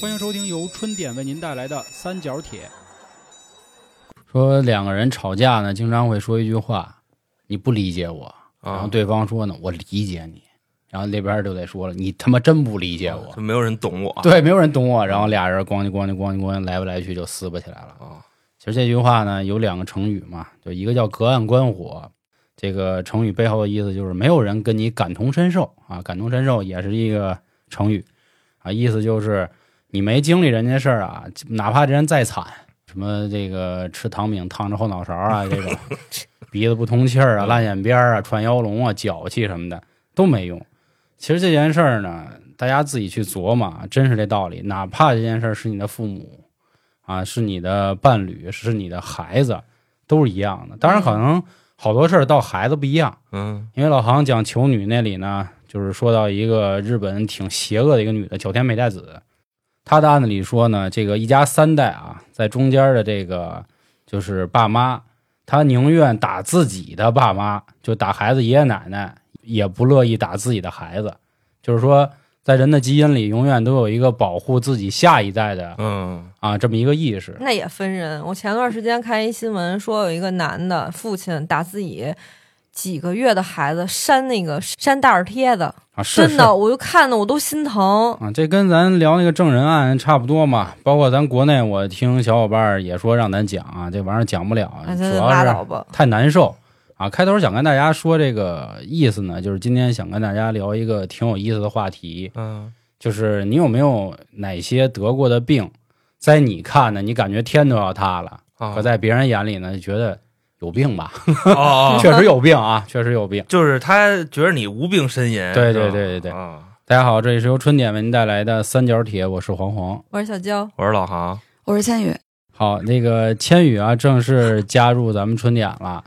欢迎收听由春点为您带来的《三角铁说两个人吵架呢，经常会说一句话：“你不理解我。”然后对方说呢：“我理解你。”然后那边就得说了：“你他妈真不理解我就。没有人懂我”。对，没有人懂我。然后俩人咣叽咣叽咣叽咣叽来不来去就撕巴起来了。啊，其实这句话呢，有两个成语嘛，就一个叫“隔岸观火”，这个成语背后的意思就是没有人跟你感同身受啊。感同身受也是一个成语啊，意思就是你没经历人家事儿啊，哪怕这人再惨，什么这个吃糖饼烫着后脑勺啊，这种鼻子不通气儿啊、烂眼边儿啊、串腰龙啊、脚气什么的都没用。其实这件事儿呢，大家自己去琢磨啊，真是这道理。哪怕这件事儿是你的父母，啊，是你的伴侣，是你的孩子，都是一样的。当然，可能好多事儿到孩子不一样，嗯因为老航讲求女那里呢，就是说到一个日本挺邪恶的一个女的九天美代子，她的案子里说呢，这个一家三代啊，在中间的这个就是爸妈，她宁愿打自己的爸妈，就打孩子爷爷奶奶，也不乐意打自己的孩子。就是说，在人的基因里，永远都有一个保护自己下一代的嗯啊这么一个意识。那也分人。我前段时间看一新闻，说有一个男的父亲打自己几个月的孩子扇那个扇大耳贴子，啊，是真是的，我就看的我都心嗯疼。啊，这跟咱聊那个证人案差不多嘛。包括咱国内，我听小伙伴儿也说让咱讲啊，这玩意儿讲不了，啊，主真的要拉是倒吧。太难受啊。开头想跟大家说这个意思呢，就是今天想跟大家聊一个挺有意思的话题，嗯就是你有没有哪些得过的病，在你看呢，你感觉天都要塌了，啊可在别人眼里呢，觉得有病吧，哦，哦 确实有病啊，确实有病。就是他觉得你无病呻吟。对是对对吧对对啊，大家好，这里是由春点为您带来的三角铁，我是黄黄。我说小娇，我说老航，我是千羽，好，那个千羽啊，正式加入咱们春点了。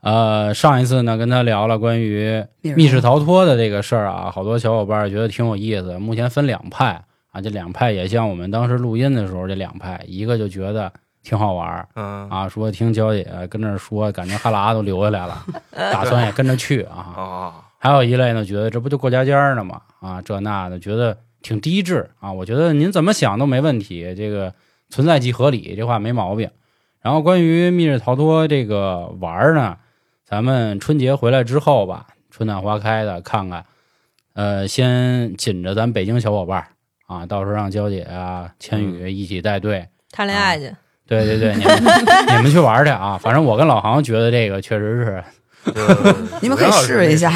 呃，上一次呢，跟他聊了关于密室逃脱的这个事儿啊，好多小伙伴觉得挺有意思。目前分两派啊，这两派也像我们当时录音的时候，这两派，一个就觉得挺好玩儿嗯啊，说听娇姐跟那儿说，感觉哈喇都流下来了，打算也跟着去啊。啊还有一类呢，觉得这不就过家家呢吗？啊，这那的，觉得挺低智啊。我觉得您怎么想都没问题，这个存在即合理，这话没毛病。然后关于密室逃脱这个玩儿呢，咱们春节回来之后吧，春暖花开的看看，呃，先紧着咱北京小伙伴儿啊，到时候让娇姐啊、千羽一起带队。谈恋啊爱去，对对对，你们你们去 玩儿去啊！反正我跟老航觉得这个确实是，对对对对你们可以试一下。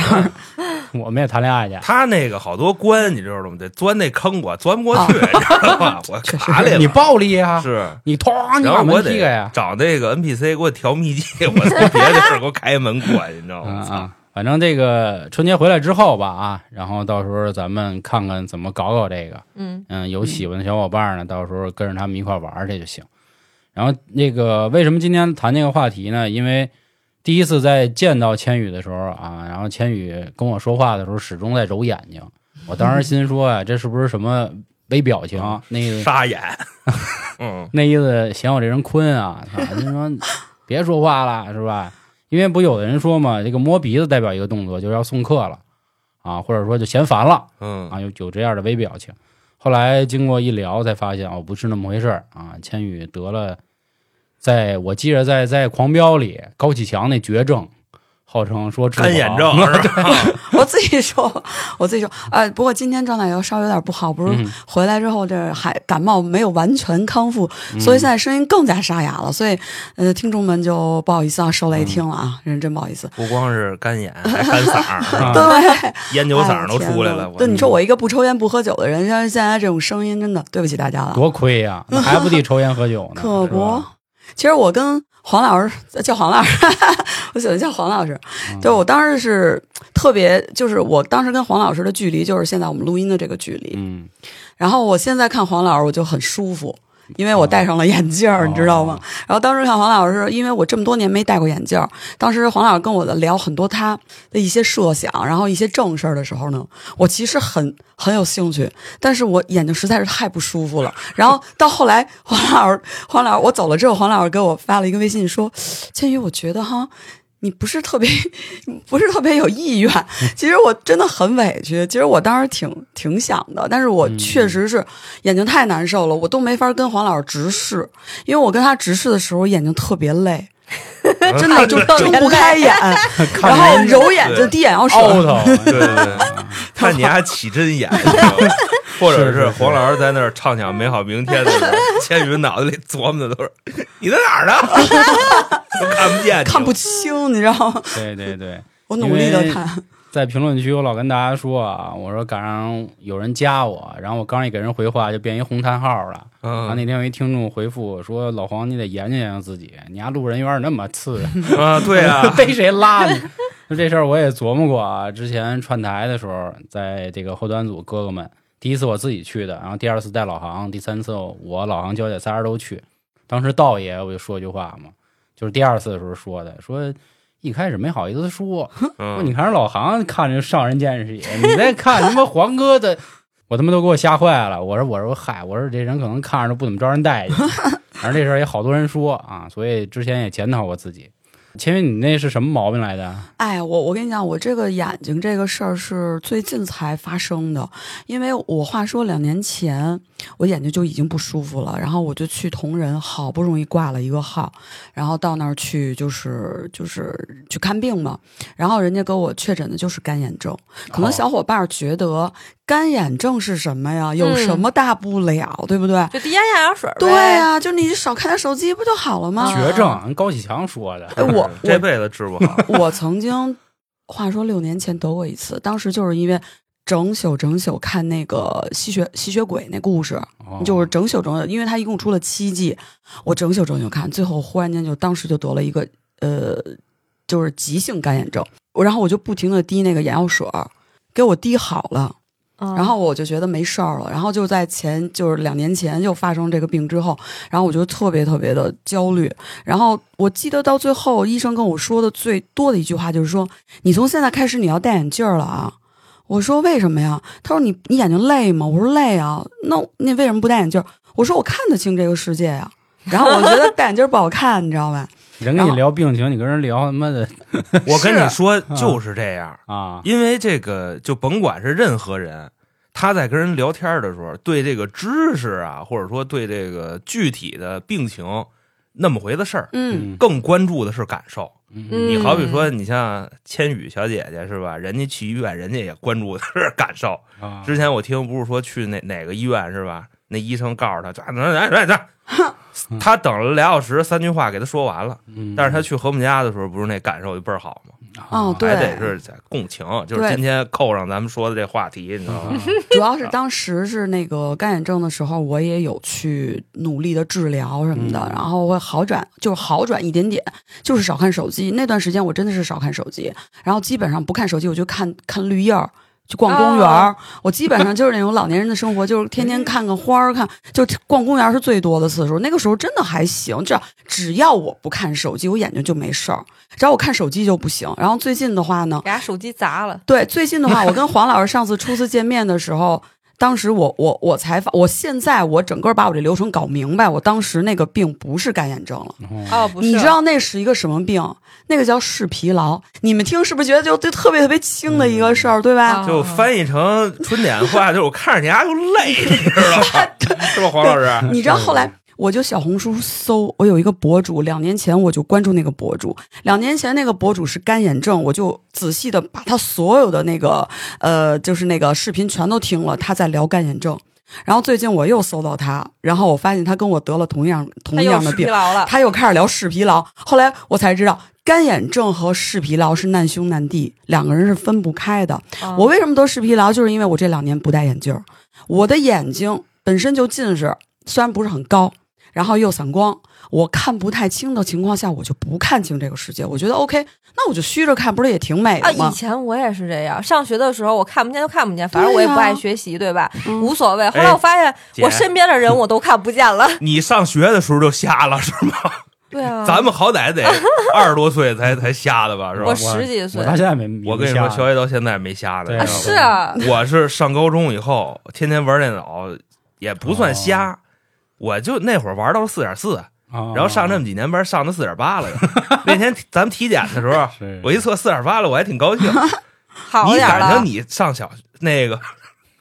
我们也谈恋爱去。他那个好多关，你知道吗？得钻那坑，我钻不过去，你知道吧？我卡里了你暴力啊！是，你哐，你然把后我门踢开得呀！找那个 NPC 给我调秘籍，我从别的地儿给我开门过去，你知道啊吗？哦操啊，反正这个春节回来之后吧啊，然后到时候咱们看看怎么搞搞这个。嗯，嗯，有喜欢的小伙伴呢，到时候跟着他们一块玩儿去就行。然后那个为什么今天谈这个话题呢？因为第一次在见到千羽的时候啊，然后千羽跟我说话的时候始终在揉眼睛，我当时心说啊，这是不是什么微表情？那个沙眼，嗯那意思嫌我这人坤啊，操！就 说别说话了，是吧？因为不有的人说嘛，这个摸鼻子代表一个动作，就是要送客了啊，或者说就嫌烦了嗯啊，有有这样的微表情。后来经过一聊，才发现哦，不是那么回事儿啊。千羽得了，在我记着在在《狂飙》里高启强那绝症，号称说治不好干眼症，是吧？ 我自己说，我自己说，呃，不过今天状态有稍微有点不好，不是嗯回来之后这还感冒没有完全康复，嗯所以现在声音更加沙哑了。所以，呃，听众们就不好意思啊，嗯受累听了啊，认真不好意思。不光是干眼，还干嗓儿是吧，对，烟酒嗓儿都出来哎了。对，你说我一个不抽烟不喝酒的人，像现在这种声音，真的对不起大家了。多亏呀、那还不得抽烟喝酒呢？ 可是吧不，其实我跟黄老师叫黄老师， 我喜欢叫黄老师。对，我当时是特别，就是我当时跟黄老师的距离就是现在我们录音的这个距离。嗯，然后我现在看黄老师，我就很舒服，因为我戴上了眼镜儿，你知道吗？然后当时看黄老师，因为我这么多年没戴过眼镜儿，当时黄老师跟我的聊很多他的一些设想，然后一些正事儿的时候呢，我其实很很有兴趣，但是我眼睛实在是太不舒服了。然后到后来，黄老师，黄老师，我走了之后，黄老师给我发了一个微信说：“千羽，我觉得哈。”你不是特别不是特别有意愿。其实我真的很委屈，其实我当时挺挺想的，但是我确实是眼睛太难受了，我都没法跟黄老师直视，因为我跟他直视的时候，我眼睛特别累，真的就睁不开眼，然后揉眼睛、滴眼药水。凹 头，对对对， 看你还起真 眼，你知道吗或者是黄老师在那儿畅想美好明天的 时候，千羽脑子里琢磨的都是你在哪儿 呢？都看不见你，看不清，你知道吗？对对对，我努力的看， 在评论区我老跟大家说啊，我说赶上有人加我，然后我刚一给人回话就变一红叹号了。然后嗯那天有一听众回复我说：“老黄，你得研究研究自己，你家路人缘那么次，，啊，对啊 被谁拉的？”就这事儿我也琢磨过啊。之前串台的时候，在这个后端组哥哥们，第一次我自己去的，然后第二次带老航，第三次我老航、娇姐仨人都去。当时道爷我就说一句话嘛，就是第二次的时候说的，说一开始没好意思说，说嗯，你看人老航看着上人见识也，你再看他妈黄哥的，我他妈都给我吓坏了。我说我说嗨，我说这人可能看着都不怎么招人待 见。反正这事儿也好多人说啊，所以之前也检讨过自己。秦云，你那是什么毛病来的？哎，我我跟你讲，我这个眼睛这个事儿是最近才发生的，因为我话说两年前我眼睛就已经不舒服了，然后我就去同仁，好不容易挂了一个号，然后到那儿去就是就是去看病嘛，然后人家给我确诊的就是干眼症，可能小伙伴儿觉得干眼症是什么呀？有什么大不了，对不对？就滴眼压药水呗。对呀、就你少看点手机不就好了吗？绝症，人高启强说的。 哎，我我这辈子治不好， 我曾经，话说六年前得过一次，当时就是因为整宿整宿看那个吸血吸血鬼那故事，哦就是整宿整宿，因为它一共出了七季，我整宿整宿看，最后忽然间就当时就得了一个呃，就是急性干眼症，我然后我就不停的滴那个眼药水儿，给我滴好了。嗯，然后我就觉得没事儿了，然后就在前就是两年前又发生这个病之后，然后我就特别特别的焦虑。然后我记得到最后，医生跟我说的最多的一句话就是说：“你从现在开始你要戴眼镜儿了啊。”我说：“为什么呀？”他说你：“你眼睛累吗？”我说：“累啊。”那那为什么不戴眼镜儿？我说：“我看得清这个世界呀、然后我觉得戴眼镜儿不好看，你知 道吧？人跟你聊病情，你跟人聊他妈的我跟你说就是啊嗯这样，啊，因为这个就甭管是任何人，他在跟人聊天的时候，对这个知识啊，或者说对这个具体的病情那么回的事儿，嗯，嗯更关注的是感受。嗯你好比说，你像千羽小姐姐是吧？人家去医院，人家也关注的是感受。啊之前我听不是说去哪哪个医院是吧？那医生告诉他，这来来来， 他等了俩小时，三句话给他说完了。嗯但是他去和睦家的时候，不是那感受就倍儿好吗？哦，对，啊还得是在共情，就是对今天扣上咱们说的这话题，你知道吗？ 主要是当时是那个干眼症的时候，我也有去努力的治疗什么的，然后会好转，就是好转一点点，就是少看手机。那段时间我真的是少看手机，然后基本上不看手机，我就看看绿叶儿。去逛公园儿，我基本上就是那种老年人的生活，就是天天看看花儿，看就逛公园儿是最多的次数。那个时候真的还行，这只要我不看手机，我眼睛就没事儿；只要我看手机就不行。然后最近的话呢，给他手机砸了，对，最近的话， 我跟黄老师上次初次见面的时候，当时我我我采访，我现在我整个把我这流程搞明白，我当时那个病不是干眼症了，哦，不是，嗯你知道那是一个什么病？那个叫视疲劳。你们听是不是觉得就就特别特别轻的一个事儿，对吧？啊就翻译成春点话，就是我看着你丫就累，你知道 吗？是吧，啊黄老师？ 你知道后来我就小红书搜，我有一个博主，两年前我就关注那个博主，两年前那个博主是干眼症，我就仔细的把他所有的那个呃，就是那个视频全都听了，他在聊干眼症。然后最近我又搜到他，然后我发现他跟我得了同样同他又样视的疲病，劳了，他又开始聊视疲劳。后来我才知道，干眼症和视疲劳是难兄难弟，两个人是分不开的。啊我为什么得视疲劳，就是因为我这两年不戴眼镜儿，我的眼睛本身就近视，虽然不是很高，然后又散光，我看不太清的情况下，我就不看清这个世界。我觉得 OK，那我就虚着看，不是也挺美啊，的以吗？前我也是这样，上学的时候我看不见就看不见，反正我也不对啊爱学习，对吧？嗯无所谓。后来我发现姐我身边的人我都看不见了，你上学的时候就瞎了是吗？对啊，咱们好 歹得二十多岁才才瞎的吧，是吧我？十几岁我到现在没没我跟你下说，小野到现在没瞎对呢啊，。是啊，我是上高中以后哦天天玩电脑，也不算瞎，我就那会儿玩到了四点四，啊，然后上这么几年班，上到四点八了又。那天咱们体检的时候，是我一测四点八了，我还挺高兴。好你点儿赶了上。你上小 那个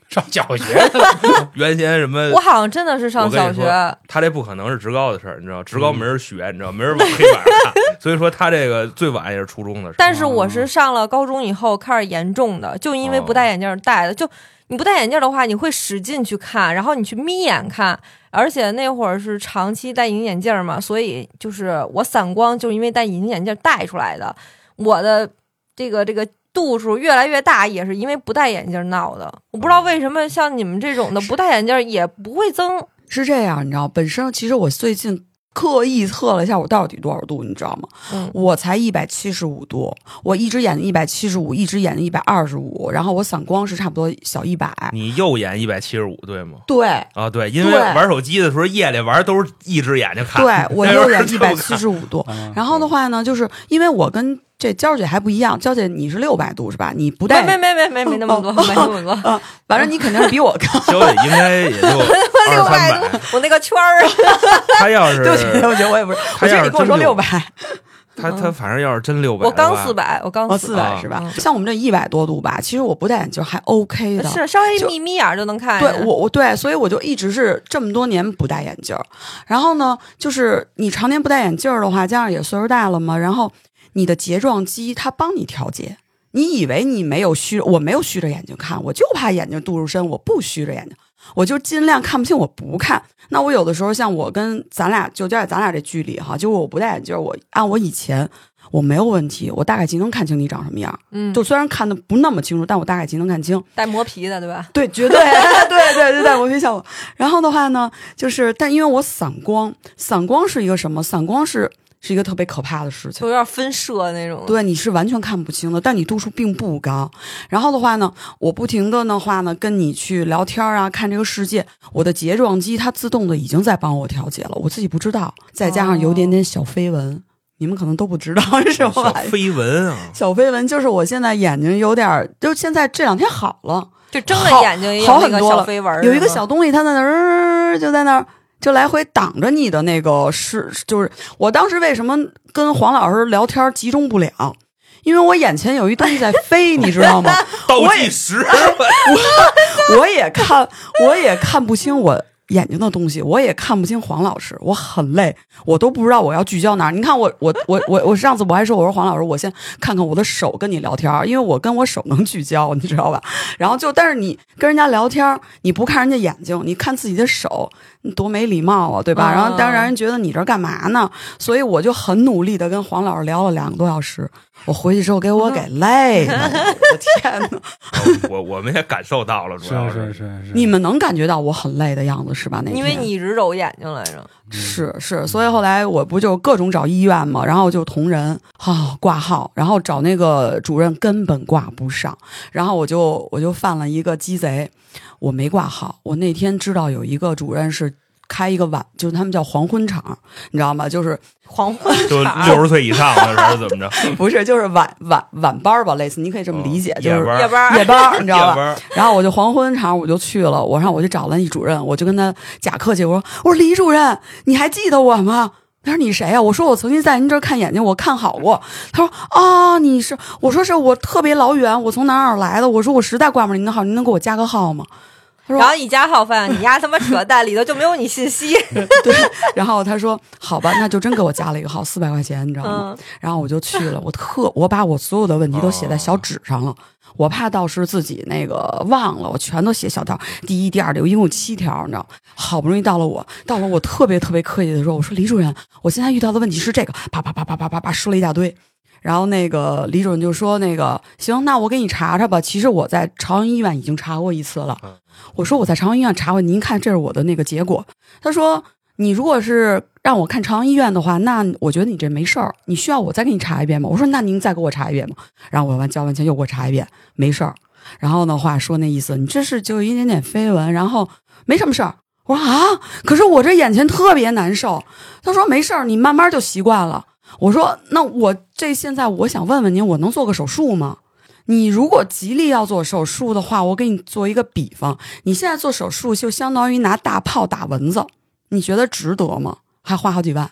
上小学了，原先什么我？好像真的是上我跟你小学说，他这不可能是职高的事儿，你知道，职嗯高没人学，你知道，没人往黑板上看，所以说他这个最晚也是初中的事儿。但是我是上了高中以后开始严重的，就因为不哦戴眼镜儿戴的，就你不戴眼镜儿的话，你会使劲去看，然后你去眯眼看，而且那会儿是长期戴隐形眼镜儿嘛，所以就是我散光，就是因为戴隐形眼镜儿戴出来的。我的这个这个度数越来越大，也是因为不戴眼镜儿闹的。我不知嗯道为什么像你们这种的不戴眼镜儿也不会增，是这样，你知道，本身其实我最近刻意测了一下我到底多少度，你知道吗？嗯，我才一百七十五度，我一只眼一百七十五，一只眼一百二十五，然后我散光是差不多小一百。你右眼一百七十五，对吗？对，啊，对，因为对玩手机的时候夜里玩都是一只眼睛看， 对我那时候右眼一真不百看七十五度，啊然后的话呢，就是因为我跟这娇姐还不一样，娇姐你是六百度是吧？你不戴没没没没没没那么多，没那么多。啊，反正你肯定是比我高。小姐应该也就 二 六三百多百。，我那个圈儿，哦他要是对不起，对不起，我也不是，我记得你跟我说六百，他他反正要是真六百， 我刚四，百，我刚哦，四四百，百啊是吧嗯？像我们这一百多度吧，其实我不戴眼镜还 OK 的。是稍微就眯眯眼儿就能看见。对我，我对，所以我就一直是这么多年不戴眼镜儿。然后呢，就是你常年不戴眼镜儿的话，加上也岁数大了嘛，然后你的睫状肌它帮你调节。你以为你没有虚，我没有虚着眼睛看，我就怕眼睛度数深，我不虚着眼睛，我就尽量看不清，我不看。那我有的时候像我跟咱俩就加上咱俩这距离哈，就是我不戴眼镜儿，我按我以前我没有问题，我大概其能看清你长什么样儿。嗯，就虽然看的不那么清楚，但我大概其能看清。带磨皮的，对吧？对，绝对， 对对对对，我非效果。然后的话呢，就是但因为我散光，散光是一个什么？散光是是一个特别可怕的事情就。有点分射那种。对，你是完全看不清的，但你度数并不高。然后的话呢，我不停的的话呢，跟你去聊天啊，看这个世界，我的睫状肌它自动的已经在帮我调节了，我自己不知道，再加上有点点小绯闻，你们可能都不知道是什小么玩意儿。绯闻啊，小绯闻就是我现在眼睛有点儿，就现在这两天好了，就睁着好眼睛也好有那很个多小了飞蚊儿，有一个是吗小东西，它在那儿呃就在那儿就来回挡着你的那个是，就是我当时为什么跟黄老师聊天集中不了，因为我眼前有一东西在飞，你知道吗？倒我也计 时，哦我也看我也看不清我。眼睛的东西，我也看不清黄老师，我很累，我都不知道我要聚焦哪儿。你看我，我，我，我，我上次我还说，我说黄老师，我先看看我的手跟你聊天儿，因为我跟我手能聚焦，你知道吧？然后就，但是你跟人家聊天儿，你不看人家眼睛，你看自己的手，你多没礼貌啊，对吧？啊然后当然人觉得你这儿干嘛呢？所以我就很努力的跟黄老师聊了两个多小时，我回去之后给我给累的，我的天哪！我我们也感受到了，主要是是是是，你们能感觉到我很累的样子是吧？那天因为嗯你一直揉眼睛来着，是是，所以后来我不就各种找医院嘛，然后就同仁啊、挂号，然后找那个主任根本挂不上，然后我就我就犯了一个鸡贼，我没挂号。我那天知道有一个主任是开一个晚，就是他们叫黄昏场，你知道吗？就是黄昏就场六十岁以上的人怎么着，哦不是就是晚晚晚班儿吧，类似，你可 以这么理解，就夜是班夜儿班夜儿，班儿，你知道吧夜？班儿，然后我就黄昏场我就去了，我上我就找了一主任，我就跟他假客气，我说我说李主任，你还记得我吗？他说啊你谁呀、我说我曾经在您这儿看眼睛，我看好过。他说啊，你是？我说是我特别老远，我从哪儿哪儿来的？我说我实在挂不上您的号，您能给我加个号吗？他说然后一加号发现你丫他妈扯淡，里头就没有你信息。对，然后他说好吧，那就真给我加了一个号，四百块钱，你知道吗？嗯然后我就去了，我特我把我所有的问题都写在小纸上了，我怕到时自己那个忘了，我全都写小条，第一、第二条，我一共有七条，你知道吗？好不容易到了我，到了我特别特别客气的说，我说李主任，我现在遇到的问题是这个，啪啪啪啪啪啪啪说了一大堆。然后那个李主任就说：“那个行，那我给你查查吧。其实我在朝阳医院已经查过一次了。我说我在朝阳医院查过，您看这是我的那个结果。”他说：“你如果是让我看朝阳医院的话，那我觉得你这没事儿。你需要我再给你查一遍吗？”我说：“那您再给我查一遍吗？”然后我完交完钱又给我查一遍，没事儿。然后的话说那意思，你这是就有一点点绯闻，然后没什么事儿。我说啊，可是我这眼前特别难受。他说没事儿，你慢慢就习惯了。我说那我这现在我想问问您，我能做个手术吗？你如果极力要做手术的话，我给你做一个比方，你现在做手术就相当于拿大炮打蚊子，你觉得值得吗？还花好几万，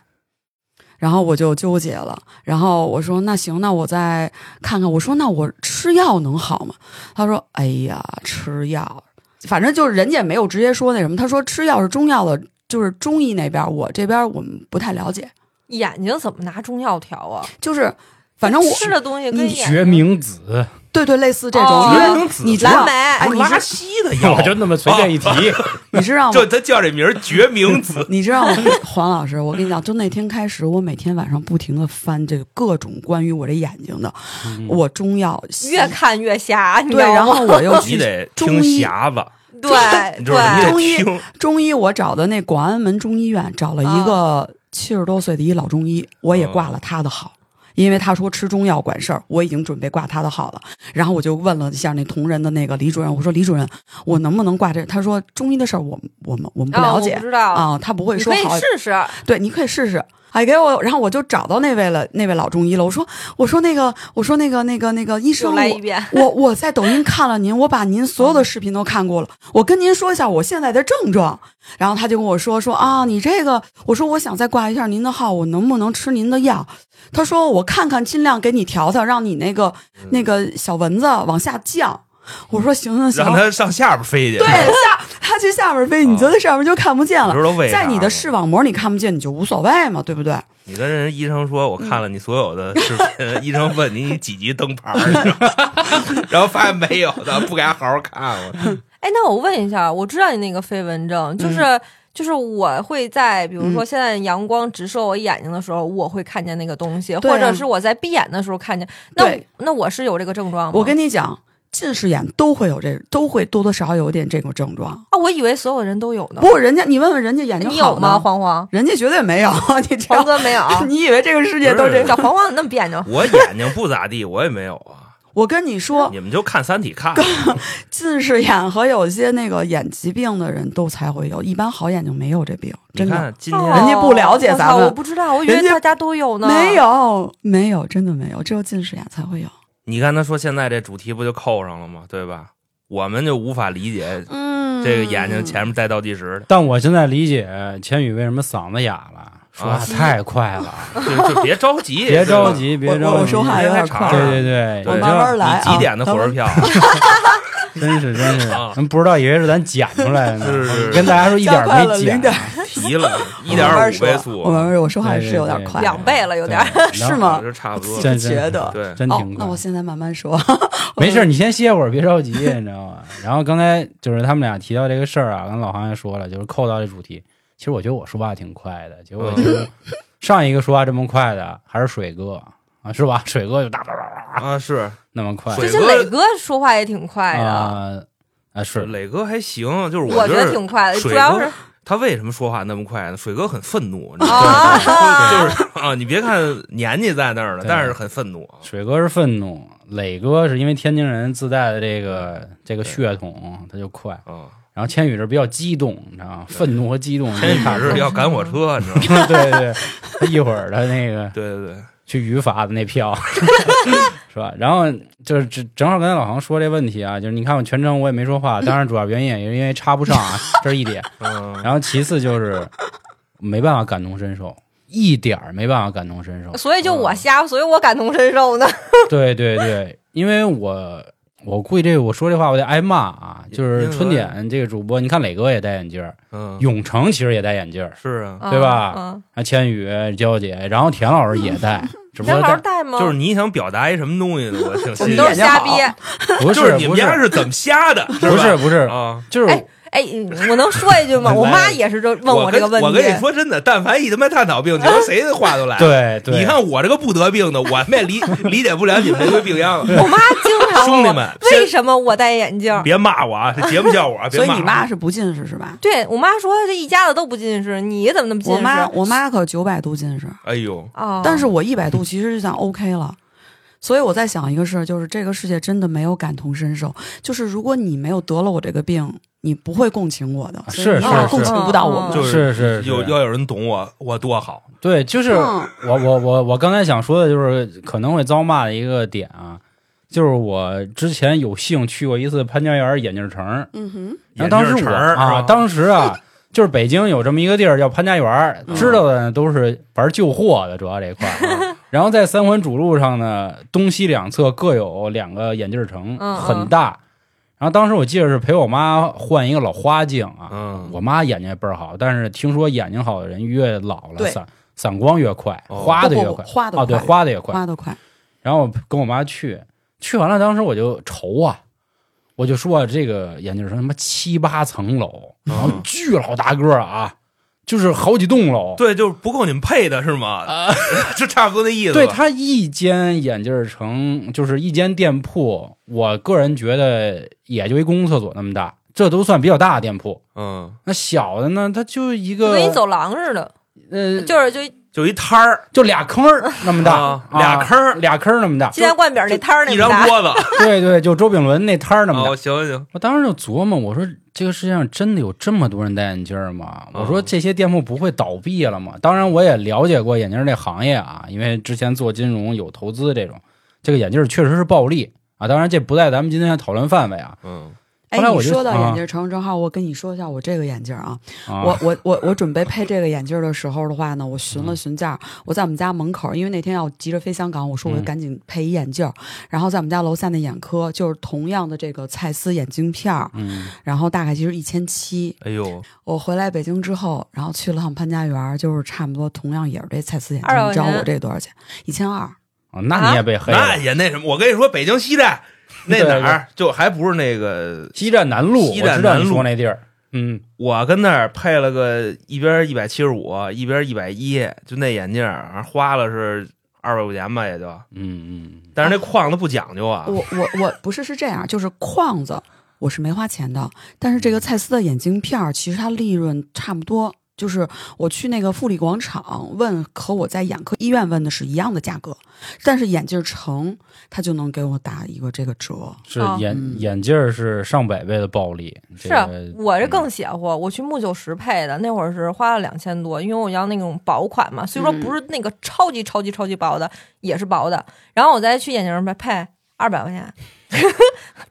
然后我就纠结了，然后我说那行，那我再看看。我说那我吃药能好吗？他说哎呀，吃药，反正就是人家也没有直接说那什么。他说吃药是中药的，就是中医那边，我这边我们不太了解。眼睛怎么拿中药调啊？就是反正我吃的东西跟你眼睛决明子， 对对类似这种，哦因明为子你知道蓝莓哎，你拉知稀的药我，就那么随便一提，哦你知道吗就？他叫这名儿决明 子 你知道吗，黄老师，我跟你讲，就那天开始，我每天晚上不停的翻这个各种关于我这眼睛的，嗯我中药西越看越瞎，你知对，道吗然后我又你去得听中医，匣子， 对你知道吗？你对，中医得听，中医我找的那广安门中医院找了一啊个七十多岁的一老中医，我啊也挂了他的号。因为他说吃中药管事儿，我已经准备挂他的号了。然后我就问了一下那同仁的那个李主任，我说李主任，我能不能挂这？他说中医的事儿我们我们我们不啊了我解不知道啊、他不会你说可以好试试。对，你可以试试。哎，给我，然后我就找到那位了，那位老中医了。我说，我说那个，我说那个，那个，那个医生，又我来一哦遍我我在抖音看了您，我把您所有的视频都看过了。我跟您说一下我现在的症状。然后他就跟我说说啊，你这个，我说我想再挂一下您的号，我能不能吃您的药？他说我看看，尽量给你调调，让你那个嗯那个小蚊子往下降。我说行行行，让他上下边飞去。对下他去下边飞，你觉得上面就看不见了你知道为。啥在你的视网膜你看不见，你就无所谓嘛，对不对？你跟人医生说，我看了你所有的视频，医生问你你几级灯牌儿，你知道吗然后发现没有的，不给他好好看我。哎，那我问一下，我知道你那个飞蚊症，嗯就是就是我会在比如说现在阳光直射我眼睛的时候，我会看见那个东西，对啊或者是我在闭眼的时候看见。那我对那我是有这个症状吗？我跟你讲，近视眼都会有这，都会多多少少有点这种症状。啊，我以为所有人都有呢。不，人家你问问人家眼睛你好有的吗？？黄 黄，人家绝对没有，你知黄道？哥没有。 你以为这个世界都这样？小黄黄，你那么别 扭，我眼睛不咋地，我也没有啊。我跟你说，你们就看《三体》看，近视眼和有些那个眼疾病的人都才会有，一般好眼睛没有这病，你 真的看今天人家不了解哦咱们我操我不知道，我以为人家大家都有呢。没，有，没有，真的没有，只有近视眼才会有。你看他说现在这主题不就扣上了吗？对吧？我们就无法理解嗯，这个眼睛前面带倒计时的，但我现在理解千羽为什么嗓子哑了，说话啊太快了， 就就别着急，别着急，别我我着我急说，话有点快，对对对，我我你慢慢这来啊。你几点的火咱车们票？真是真是 啊，咱不知道以为是咱剪出来的呢，是是是跟大家说一点加快没了剪零点，提了一点慢慢二五说倍速， 我慢慢说，我说话是有点对对对快，两倍了，有点儿。对 是吗？就差不多我。真真觉得对，真哦挺，那快我。现在慢慢说。没事，你先歇会儿，别着急，你知道吗？然后刚才就是他们俩提到这个事儿啊，跟老航也说了，就是扣到这主题。其实我觉得我说话挺快的，结果嗯就是上一个说话这么快的还是水哥啊，是吧？水哥就哒哒哒哒啊是那么快 水最近哥磊哥说话也挺快的，啊啊是磊哥还行，就是我觉觉得挺快的，水呃主哥要是他为什么说话那么快呢？水哥很愤怒，你知道吗啊， 就是啊，你别看年纪在那儿了，对但是很愤怒。啊水哥是愤怒，磊哥是因为天津人自带的这个这个血统，他就快。 啊，然后千羽是比较激动，你知道吗？愤怒和激动天宇差不多是要赶火车，你知道吗？对对对，他一会儿他那个对对对，去语法的那票，是吧？然后就是正正好刚才老航说这问题啊，就是你看我全程我也没说话，当然主要原因也是因为插不上啊，这是一点。嗯，然后其次就是没办法感同身受，一点儿没办法感同身受。所以就嗯我瞎，所以我感同身 受呢。对对对，因为我我估计这我说这话我得挨骂啊。就是春点这个主播，你看磊哥也戴眼镜儿，嗯，永成其实也戴眼镜儿，是啊，对吧嗯，啊，千羽、娇姐，然后田老师也戴，只不嗯过正好戴戴吗？就是你想表达一什么东西呢？我挺我你欣们都赏是。瞎逼。 不就是你不们家是是怎么瞎的？不是吧不是，啊，就是哎哎，嗯我能说一句 吗？来我妈也是这问我这个问跟题。我跟你说真的，但凡一他妈探讨病，你说谁的话都来。，对对，你看我这个不得病的，我们也理理解不了你们这个病秧子。 我妈经常兄问弟我们，为什么我戴眼镜先。别骂我啊！这节目效果啊，别 所骂。以你妈是不近视是吧？对我妈说，这一家子都不近视，你怎么那么近视？我妈我妈可九百度近视，哎呦，啊，但是我一百度其实就算 OK 了。所以我在想一个事儿，就是这个世界真的没有感同身受，就是如果你没有得了我这个病，你不会共情我的，啊是所以你是也是共情不到嗯我们。就是是有是要有人懂我，我多好。对，就是嗯我我我我刚才想说的就是可能会遭骂的一个点啊，就是我之前有幸去过一次潘家园眼镜城，嗯哼，然后当时眼镜我城儿啊，是吧当时啊，就是北京有这么一个地儿叫潘家园儿，嗯知道的呢都是玩旧货的，主要这块儿 啊。然后在三环主路上呢，东西两侧各有两个眼镜城，嗯很大。然后当时我记得是陪我妈换一个老花镜啊，嗯，我妈眼睛也倍儿好，但是听说眼睛好的人越老了对散散光越快，哦花的不越不不快，花得哦对，快花的也快。花都快，然后我跟我妈去，去完了，当时我就愁啊，我就说、这个眼镜城他妈七八层楼，然后巨老大个儿啊，就是好几栋楼。对，就是不够你们配的是吗？ 就差不多那意思啊吧。对，它一间眼镜城就是一间店铺，我个人觉得也就一公共厕所那么大，这都算比较大的店铺。嗯，那小的呢，它就一就个跟一走廊似的，呃，就是就就一摊儿，就俩坑儿那么大，啊啊俩坑儿俩坑儿那么大鸡，蛋灌饼那摊儿那一么张大，桌子。 对对，就周炳伦那摊儿那么大哦，。行行，我当时就琢磨，我说这个世界上真的有这么多人戴眼镜儿吗？嗯我说这些店铺不会倒闭了吗？当然，我也了解过眼镜儿这行业啊，因为之前做金融有投资这种，这个眼镜儿确实是暴利啊。当然，这不在咱们今天的讨论范围啊。嗯，哎，后来你我就说到啊眼镜城，正好我跟你说一下我这个眼镜啊，啊我我我我准备配这个眼镜的时候的话呢，我询嗯了询价，我在我们家门口，因为那天要急着飞香港，我说我嗯赶紧配一眼镜儿，然后在我们家楼下那眼科就是同样的这个蔡司眼镜片儿，嗯然后大概就是一千七。哎呦，我回来北京之后，然后去了趟潘家园，就是差不多同样也是这蔡司眼二镜，百你知道元我这多少钱？一千二。啊那你也被黑那了。也那什么，我跟你说，北京西 站那对哪儿就还不是那个，西站南路，西我站知道你南路说那地儿，嗯，我跟那儿配了个一边一百七十五，一边一百一，就那眼镜儿花了是二百块钱吧，也就，嗯嗯，但是那框子不讲究啊，我我我不是是这样，啊就是框子我是没花钱的，但是这个蔡司的眼镜片儿其实它利润差不多。就是我去那个富力广场问，和我在眼科医院问的是一样的价格，但是眼镜城它就能给我打一个这个折。是哦眼、嗯眼镜儿是上百倍的暴利。这是啊个嗯我这更邪乎，我去木九十配的，那会儿是花了两千多，因为我要那种薄款嘛，虽说不是那个超级超级超级薄的，也是薄的。然后我再去眼镜儿配二百块钱，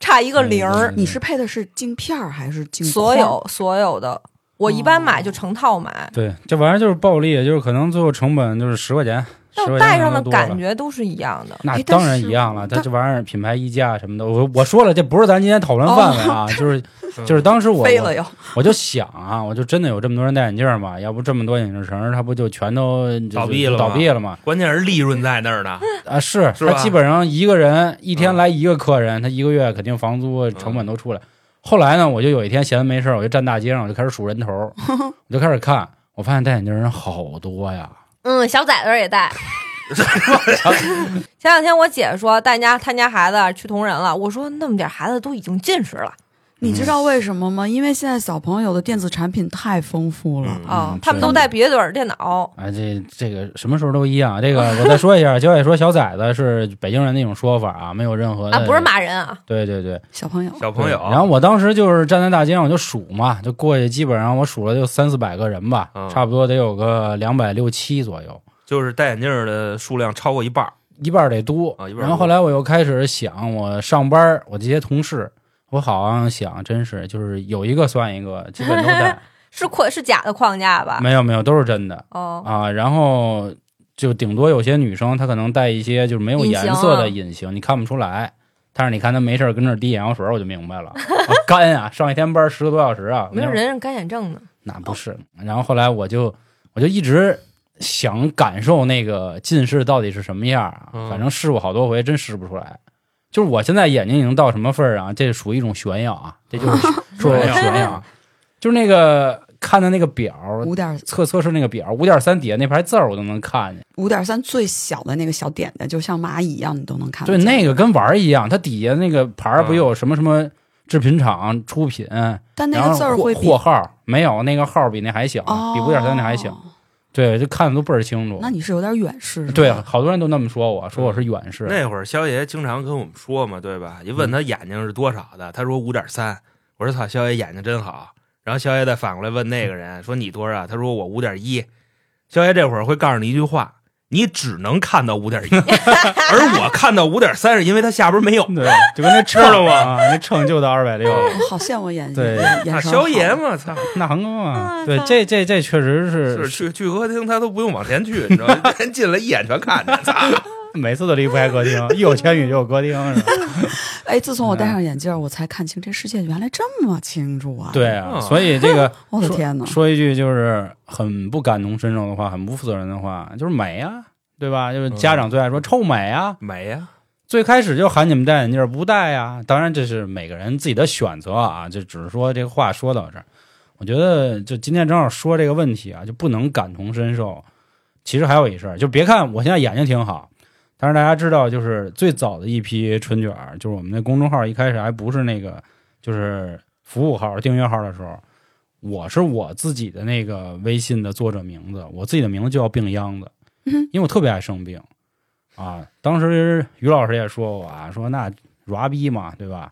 差哎一个零嗯儿。你是配的是镜片儿还是镜框所有所有的，我一般哦买就成套买，对，这玩意儿就是暴利，就是可能最后成本就是十块钱，十但块钱我戴上可能的多感了觉哎都是一样的。那哎但当然是一样了，它但这玩意儿品牌溢价什么的，我我说了，这不是咱今天讨论范围 啊，就是嗯就是当时我飞了我又？我就想啊，我就真的有这么多人戴眼镜嘛，要不这么多眼镜城，它不就全都就倒闭就了倒吗闭了吗？关键是利润在那儿呢，啊，是，是他吧基本上一个人一天嗯来一个客人，他一个月肯定房租成本都出来。后来呢，我就有一天闲的没事儿，我就站大街上，我就开始数人头儿，我就开始看，我发现戴眼镜人好多呀，嗯，小崽子也 戴。前两天我姐说带家她家孩子去同仁了，我说那么点儿孩子都已经近视了你知道为什么吗？因为现在小朋友的电子产品太丰富了。嗯啊、嗯他们都是带笔记本电脑，啊，这这个什么时候都一样。这个我再说一下， 焦姐说小崽子是北京人那种说法啊，没有任何的啊，不是骂人啊，对对对，小朋友，小朋友，对然后我当时就是站在大街上，我就数嘛，就过去，基本上我数了就三四百个人吧，嗯差不多得有个两百六七左右，就是戴眼镜儿的数量超过一半儿，一半儿得多。啊一半儿多然后后来我又开始想，我上班儿，我这些同事，我好像想，真是就是有一个算一个，基本都 在，是框是假的框架吧？没有没有都是真的。哦，啊，然后就顶多有些女生她可能戴一些就是没有隐颜形色的啊隐形，你看不出来。但是你看她没事儿跟那儿滴眼药水儿，我就明白了，啊干啊，上一天班儿十个多小时啊，没有那人是干眼症呢。那不是。然后后来我就我就一直想感受那个近视到底是什么样儿啊，嗯反正试过好多回，真试不出来。就是我现在眼睛已经到什么份儿啊？这属于一种炫耀啊，这就是 说炫耀炫耀啊，就是那个看的那个表儿，五点测测试那个表，五点三底下那排字儿我都能看见。五点三最小的那个小点点，就像蚂蚁一样，你都能看对，得见那个跟玩儿一样，它底下那个牌儿不有什么什么制品厂出品，但那然个后字儿货会比货号儿没有，那个号儿比那还小，啊哦，比五点三那还小。。对，就看的都倍儿清楚那。你是有点远视是吧？对，啊好多人都那么说我，说我是远视。那会儿肖爷经常跟我们说嘛，对吧？一问他眼睛是多少的，他说五点三。我说操，肖爷眼睛真好。然后肖爷再反过来问那个人说你多少？他说我五点一。肖爷这会儿会告诉你一句话，你只能看到五点 一，而我看到五点三是因为它下边没有。对，就跟那秤知道吗 啊，那秤就到二百六，哦 好羡慕眼对眼啊眼神萧炎炎嘛，操！那很高啊。嗯对，这这这确实是是去去歌厅，他都不用往前去，你知道 吗？人进来一眼全看着，操！每次都离不开歌厅，一有千羽就有歌厅，是吧？哎，自从我戴嗯上眼镜儿，我才看清这世界原来这么清楚啊！，对啊，嗯所以这个我的天哪！说一句就是很不感同身受的话，很不负责任的话，就是美呀、对吧？就是家长最爱说臭美啊呀、美呀，最开始就喊你们戴眼镜不戴呀、当然这是每个人自己的选择啊，这只是说这个话说到这儿。我觉得就今天正好说这个问题啊，就不能感同身受。其实还有一事儿，就别看我现在眼睛挺好，但是大家知道，就是最早的一批春卷儿，就是我们那公众号一开始还不是那个就是服务号、订阅号的时候，我是我自己的那个微信的作者名字，我自己的名字就叫病秧子，因为我特别爱生病啊。当时于老师也说我啊，说那软逼嘛，对吧？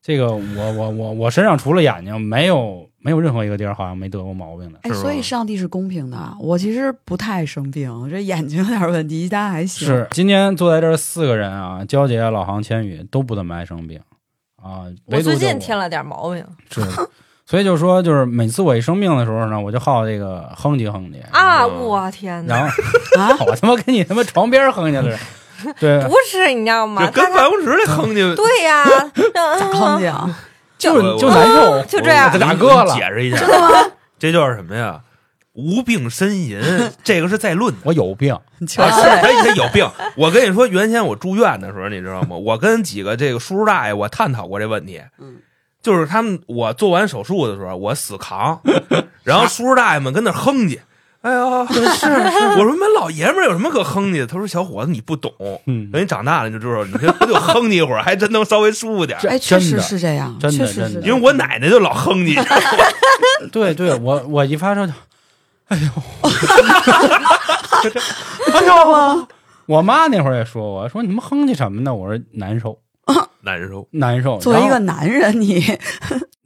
这个我我我我身上除了眼睛，没有没有任何一个地儿好像没得过毛病的。哎，是吧所以上帝是公平的。啊我其实不太生病，我这眼睛有点问题，但还行。是，今天坐在这儿四个人啊，娇姐、老航、千羽都不怎么爱生病啊，我唯独最就近添了点毛病是，所以就说就是每次我一生病的时候呢，我就好这个哼唧哼唧，啊！嗯我天哪！然后 啊，我他妈跟你他妈床边哼唧了似的，对，不是，你知道吗？就跟他办公室里哼唧，对呀，嗯咋 坑的啊？我就就我难受，就这样我就打嗝我了解，释一下，真的吗？ 这叫什么呀？无病呻吟，这个是在论的。我有病，你 瞧啊，是瞧，他他有病。我跟你说，原先我住院的时候，你知道吗？我跟几个这个叔叔大爷，我探讨过这问题。嗯，就是他们，我做完手术的时候，我死扛， 然后叔叔大爷们跟那儿哼唧。哎呀，是是，我说你们老爷们儿有什么可哼唧的？他说小伙子你不懂，嗯，等你长大了你就知 道，你这不就哼唧一会儿，还真能稍微舒服点儿。这哎，确真实的是这样，真的确实真是的这因样。为我奶奶就老哼唧，对对，我我一发烧就，哎呦，哎呦，我妈那会儿也说我说你们哼唧什么呢？我说难受难受。难受，作为一然后个男人， 你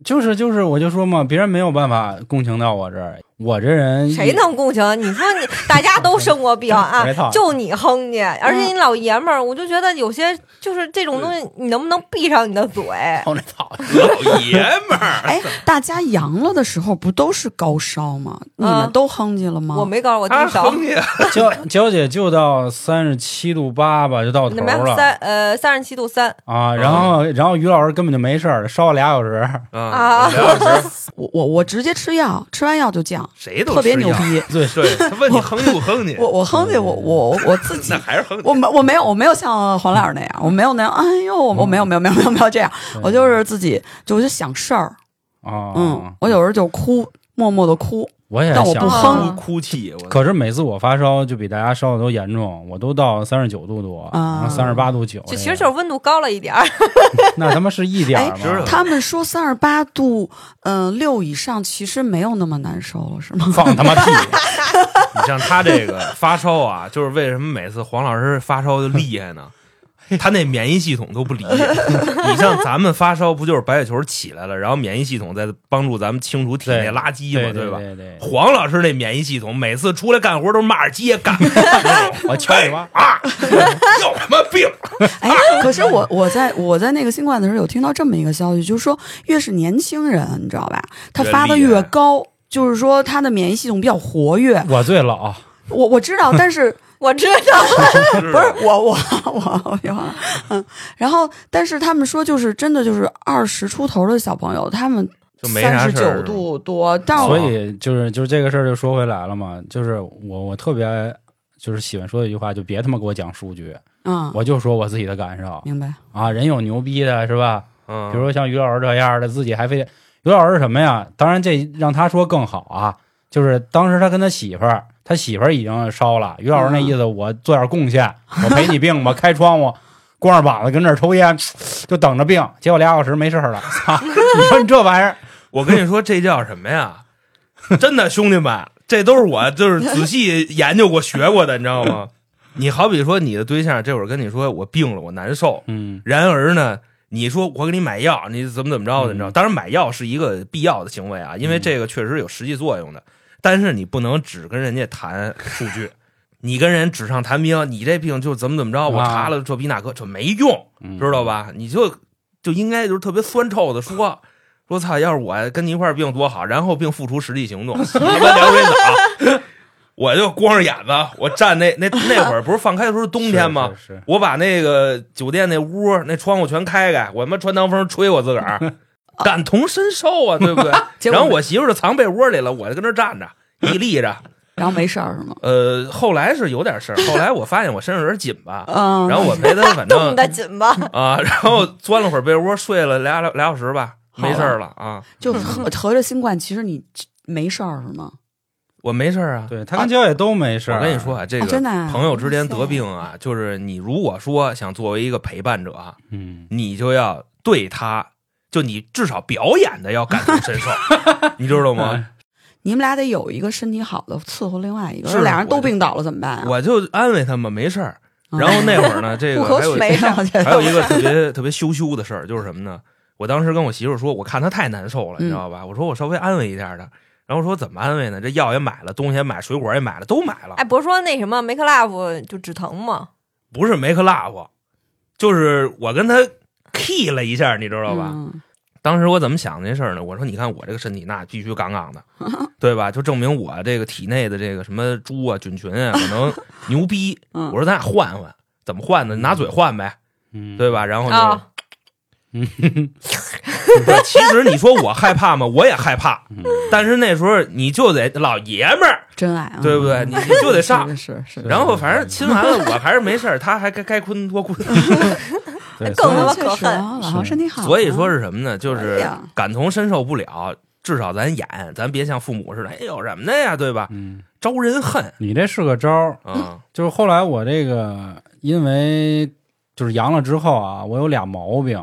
就是就是，我就说嘛，别人没有办法共情到我这儿，我这人谁能共情？啊你说你大家都生过病啊没错，就你哼唧，而且你老爷们儿，我就觉得有些就是这种东西，你能不能闭上你的嘴？操那操！老爷们 儿，哎，大家阳了的时候不都是高烧吗？你啊们嗯都哼唧了吗？我没告诉我低他烧哼，唧啊，娇娇姐就到三十七度八吧，就到头那没有了三呃三十七度三啊。然后然后于老师根本就没事儿，烧了俩小时。啊啊俩小时 我我我直接吃药，吃完药就降，谁都特别吃牛药。逼。对，对，他问你哼唧不哼唧，我我哼唧，我我我自己 那还是哼唧。我没我没有我没有像黄老师那样，我没有那样，哎呦，我我没有没有没有没有没有这样，嗯我就是自己就我就想事儿，啊，嗯，，我有时候就哭，默默的哭，我哎也但我想不过。哼啊哭泣，我可是每次我发烧就比大家烧的都严重，我都到三十九度多，啊三十八度九，就其实就是温度高了一点儿， 那他妈是一点儿哎吗？知道他们说三十八度，嗯、六以上其实没有那么难受了，是吗？ 放他妈屁！你像他这个发烧啊，就是为什么每次黄老师发烧就厉害呢？他那免疫系统 都不理解。你像咱们发烧，不就是白血球起来了，然后免疫系统在帮助咱们清除体内垃圾对嘛，对吧？对对，黄老师那免疫系统每次出来干活都是骂着街干， 我敲你妈！啊，有什么病？哎，可是我我在我在那个新冠的时候有听到这么一个消息，就是说越是年轻人，你知道吧，他越发的厉害越高，就是说他的免疫系统比较活跃。我最老，我我知道，但是我知道。不不是我我我我别忘了，嗯，然后但是他们说就是真的就是二十出头的小朋友，他们就没啥三十事儿九度多，但所我以就是就是这个事儿就说回来了嘛，就是我我特别就是喜欢说的一句话，就别他妈给我讲数据，嗯，我就说我自己的感受明白，啊。人有牛逼的是吧？比嗯，如说像于老师这样的，自己还非于老师什么呀？当然这让他说更好啊，就是当时他跟他媳妇儿，他媳妇儿已经烧了，于老师那意思，我做点贡献，我陪你病吧，开窗户。 光着膀子跟这儿抽烟， 就等着病，结果俩小时没事儿了。 操！你说你这玩意儿，我跟你说，这叫什么 呀？真的，兄弟们，这都是我就是仔细研究过、学过的，你知道吗？你好比说你的对象这会儿跟你说我病了，我难受，嗯，然而呢，你说我给你买药，你怎么怎么着的，嗯你知道？当然，买药是一个必要的行为啊，因为这个确实有实际作用的。但是你不能只跟人家谈数据，你跟人纸上谈兵，你这病就怎么怎么着，我啊查了这比那个，这没用，嗯知道吧？你就就应该就是特别酸臭的说。 说操！要是我跟你一块儿病多好，然后并付出实际 行动，你他妈两回脑，啊我就光着眼子，我站那那那 会儿不是放开的时候是冬天吗？？是是是我把那个酒店那屋那窗户全开开，我他妈穿堂风吹我自 个儿，感同身受啊，对不对？结果然后我媳妇儿就藏被窝里了，我就跟那儿站着，一立着。然后没事儿是吗？呃，后来是有点事儿，后来我发现我身上有点紧 吧，哦嗯，然后我陪她，反冻正得紧吧？啊， 然后钻了会儿被窝，睡了俩俩小时吧，没事儿了啊，就合合着新冠，其实你没事儿是吗？我没事儿啊。对他跟焦姐都没事儿。我跟你说啊，这啊真个的啊朋友之间得病啊，就是你如果说想作为一个陪伴者啊，嗯，你就要对他，就你至少表演的要感同 身受，你知道吗？你们俩得有一个身体好的伺候另外一个，是啊俩人我都就病倒了怎么办啊？我就安慰他们没事儿。嗯哎然 后那会儿呢，这个不可还有取没事儿哎我觉得 还有一个特别特别羞羞的事儿，就是什么呢？我当时跟我媳妇说，我看她太难受了，你知道嗯吧？我说我稍微安慰一下她。然后说怎么安慰呢？这药也买了，东西也买，水果也买了，都买了哎，。不是说那什么梅克拉夫就止疼吗？不是没克拉夫，就是我跟她 key 了一下，你知道吧？嗯当时我怎么想这事儿呢？我说，你看我这个身体，那必须杠 杠的，对吧？就证明我这个体内的这个什么猪啊、菌群啊，可能牛 逼。嗯我说咱俩换换，怎么换呢？拿嘴换呗，嗯，对吧？然后就，哦啊不是其实你说我害怕吗？我也害怕，嗯，但是那时候你就得老爷们儿，真爱啊，对不对？你你就得 上。是是是，然后反正亲完了，我还是没事儿，他还该该坤多坤。对，更所以他妈确可实啊，是老豪身体好啊，所以说是什么呢？就哎是呀感同身受不了，至少咱演，咱别像父母似的，哎，有什么的呀，对吧？嗯，招人恨你这是个招儿。啊！就是后来我这个因为就是阳了之后啊，我有俩毛病。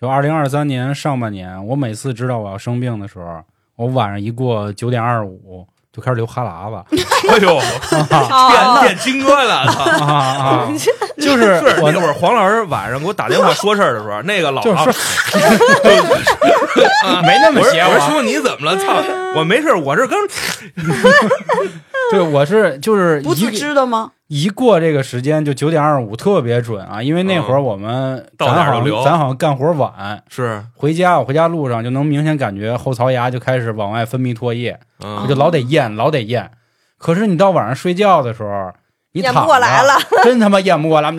就二零二三年上半年，我每次知道我要生病的时候，我晚上一过九点二十五就开始流哈喇 子哎呦，哦啊变变金哥了，操！啊啊！ 就是是我那会儿黄老师晚上给我打电话说事儿的时候，那个老就王是啊没那么我邪说我说乎。叔你怎么了？操！我没事，我这刚对，我是就是不自一知的吗？一过这个时间就九点二十五特别准啊，因为那会儿我们到哪咱儿好就流像咱好像干活晚，是回家我回家路上就能明显感觉后槽牙就开始往外分泌唾液，我嗯就老得咽，老得咽。可是你到晚上睡觉的时候，你演躺不过着来了，真他妈咽不 过来，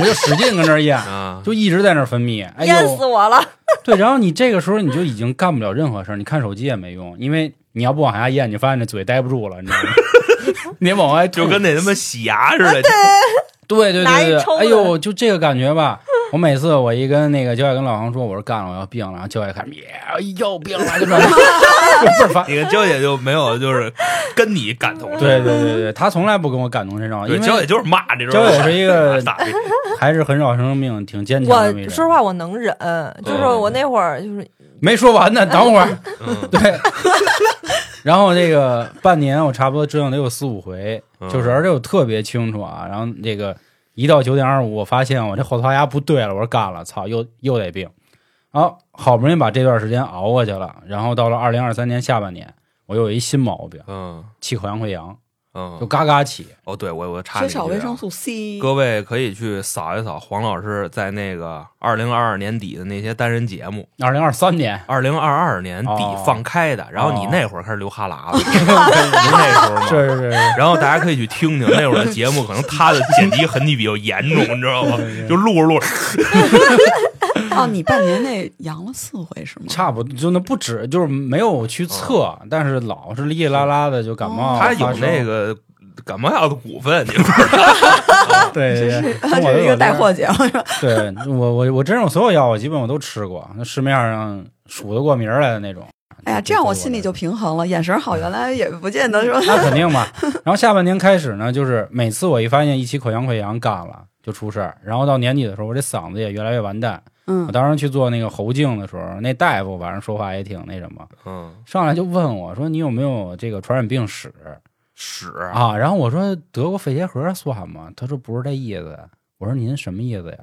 我就使劲跟那儿咽，啊，就一直在那儿分泌。哎淹死呦，我了！对，然后你这个时候你就已经干不了任何事儿，你看手机也没用，因为你要不往下咽，你发现这嘴待不住了，你知道吗？ 你得往外吐，就跟那他妈洗牙似的，对对拿一对对对，抽的哎呦，就这个感觉吧。我每次我一跟那个教练跟老王说，我说干了，我要病了，然后教练看，耶，又病了，就这种就倍儿 烦。你看娇姐就没有就是跟你感同身受，对对对对，他从来不跟我感同身受，因对，娇姐为就是骂这种，娇姐是一个打的还是很少生病，挺坚强的那么一我人。说实话，我能忍，哦就是我那会儿就是没说完呢，等 会儿。嗯对， 然后这个半年我差不多折腾得有四五回，嗯就是而且我特别清楚啊。然后这个一到九点二十五，我发现我这后槽牙不对了，我说干了，操，又又得病。然后好不容易把这段时间熬过去了，然后到了二零二三年下半年，我又有一新毛病，嗯气口腔溃疡，就嗯，嘎嘎起。哦，对我我插你缺一句啊少维生素 C，各位可以去扫一扫黄老师在那个二零二二年底的那些单人节目，，二零二三年二零二二年底哦放开的，然后你哦那会儿开始流哈喇子，不是那时候吗？是是是，然后大家可以去听听那会儿的节目，可能他的剪辑痕迹比较严重，你知道吗对？对就录着录着，哦，你半年内阳了四回 是吗？差不多就那不止，就是没有去测，但是老是哩哩啦啦的就感冒。哦哦他有那个，个感冒药的股份，你知道吗？对 对对，它跟我是一个有带点货 节目是吧？对我我我真是我所有药我基本我都吃过，那市面上数得过名儿来的那种。哎呀，这样我心里就平衡了，眼神好，原来也不见得说那肯定嘛。然后下半年开始呢，就是每次我一发现一起口腔溃疡干了就出事儿，然后到年底的时候，我这嗓子也越来越完蛋。我嗯，当时去做那个喉镜的时候，那大夫晚上说话也挺那什么，嗯，上来就问我说：“你有没有这个传染病史屎啊？”然后我说：“德国肺结核算吗？”他说：“不是这意思。”我说：“您什么意思呀？”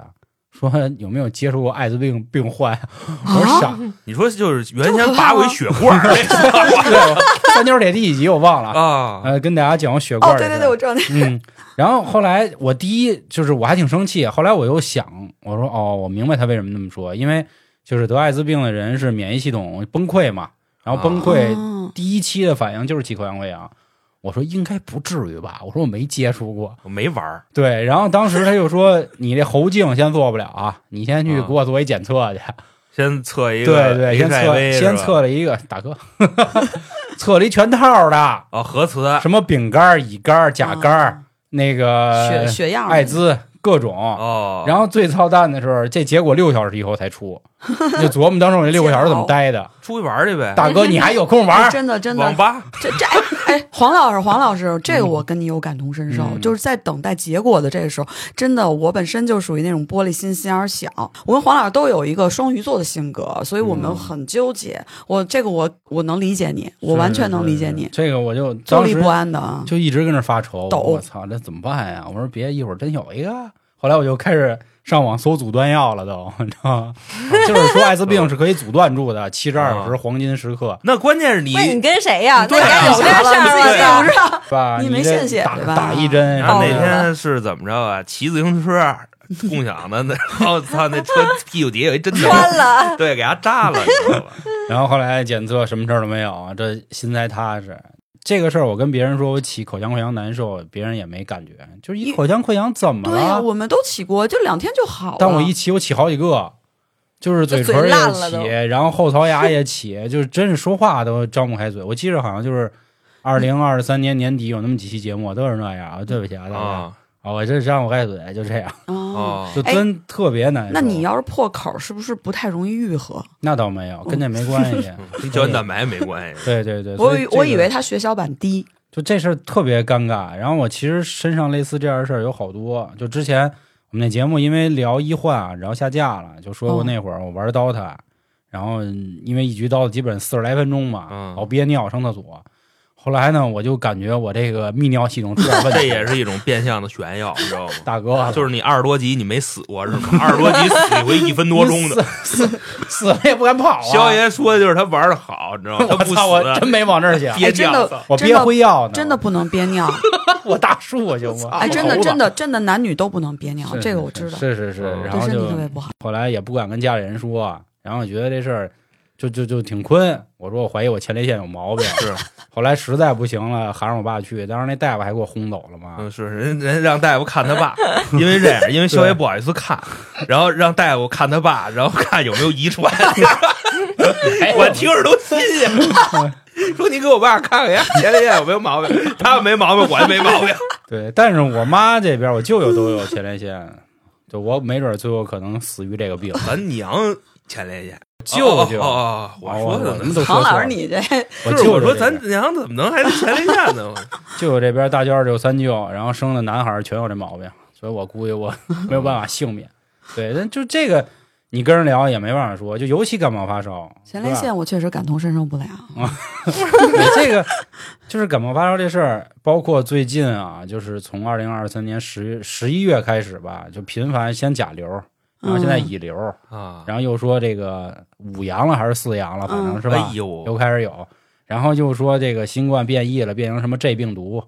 说有没有接触过艾滋病啊哦病患？我说啥？你说就是原先拔过一血罐儿， 对，三角铁第几集我忘了，啊，呃，跟大家讲过血罐哦，的事对儿。对对，我知道那嗯，然后后来我第一就是我还挺生气，后来我又想，我说哦，我明白他为什么那么说，因为就是得艾滋病的人是免疫系统崩溃嘛，然后崩溃哦第一期的反应就是起口腔溃疡。啊我说应该不至于吧，我说我没接触过，我没玩儿，对。然后当时他就说你这喉镜先做不了啊，你先去给我做一检测去。先测一对个，对，先测 HIV 是吧先测了一个大哥， 测了一全套的，啊，核磁什么丙肝、乙肝、甲肝，啊那个血血样儿艾滋各种。哦，然后最操蛋的是，这结果六小时以后才 出，你就琢磨当时我这六个小时怎么待的。出去玩儿去呗，大哥，你还有空玩 哎儿？真的真的网吧这这哎 哎，黄老师，黄老师，这个我跟你有感同身受，嗯就是在等待结果的这个时候，真的，我本身就属于那种玻璃心心眼儿小。我跟黄老师都有一个双鱼座的性格，所以我们很纠结。我这个我我能理解你，我完全能理解你，这个我就坐当立时不安的啊。就一直跟那发愁，抖我操，这怎么办呀？我说别，一会儿真有一个。后来我就开始上网搜阻断药了，都，你知道吗？ 就是说艾滋病是可以阻断住的，七十二小时黄金时刻，那关键是你那你跟谁呀？那对啊该有这事对儿啊吗？是吧？你没这献血打吧打一针，然后哦那啊天是怎么着啊？骑自行车共享的，那 然后操那车屁股底下有一针头，穿了，对，给它扎了，你知道吧？ 然后后来检测什么事儿都没有，这心才踏实。这个事儿我跟别人说我起口腔溃疡难受，别人也没感觉，就是一口腔溃疡怎么对呀、了？我们都起过，就两天就好啊了。但我一起我起好几个，就是嘴唇就嘴烂也了都起，然后后槽牙也起， 就是真是说话都张不开嘴。我记着好像就是二零二三年年底有那么几期节目都是那样，啊对不起啊大家，啊、啊我这张不开嘴就这样，哦，哦就真特别难受。那你要是破口，是不是不太容易愈合？那倒没有，跟这没关 系，嗯跟胶原蛋白没关 系。对对对，我所以这我以个为他血小板低，就这事儿特别尴尬。然后我其实身上类似这样的事儿有好多。就之前我们那节目因为聊医患啊，然后下架了，就说过哦那会儿我玩 DOTA，、然后嗯因为一局 DOTA 基本四十来分钟嘛，嗯老憋尿上厕所。后来呢，我就感觉我这个泌尿系统出点问题， 这也是一种变相的炫耀，你知道吗？大哥，就是你二十多集你没死过是吗？二十多集死一回一分多钟的。死死死了也不敢跑啊！肖爷说的就是他玩的好，你知道吗？他我不操，我真死，啊没往这儿想，憋哎真尿的操。我真憋的灰药呢，真的不能憋 尿。我大树我就我，哎，真的我头发真的真的，男女都不能憋尿，是这个我是知道，是是是，嗯然后对身就体特别不好。后来也不敢跟家里人说，然后觉得这事儿就就就挺困。我说我怀疑我前列腺有毛病。是， 后来实在不行了，喊上我爸去，当时那大夫还给我轰走了嘛。嗯，是人人让大夫看他爸，因为这样，因为肖爷不好意思看，然后让大夫看他爸，然后看有没有遗传。我听着都新鲜。说你给我爸看看呀，前列腺有没有毛病？他要没毛病，我就没毛病。对，但是我妈这边我舅舅都有前列腺，就我没准最后可能死于这个病。咱娘前列腺，舅舅，哦哦哦哦啊我说我的什呢么。都说唐老错师，了。你这我就是舅舅我说，这咱边娘怎么能还是前列腺呢？舅舅这边大舅二舅三舅，然后生的男孩儿全有这毛病，所以我估计 我没有办法幸免。对，但就这个你跟人聊也没办法说，就尤其感冒发烧， 前列是吧腺我确实感同身受不了。对这个就是感冒发烧这事儿，包括最近啊，就是从二零二三年十十一月开始吧，就频繁先甲流，然后现嗯嗯在乙流，啊，然后又说这个五阳了还是四阳了，反正嗯是吧哎，又呦，开始有，然后又说这个新冠变异了，变成什么 J 病毒，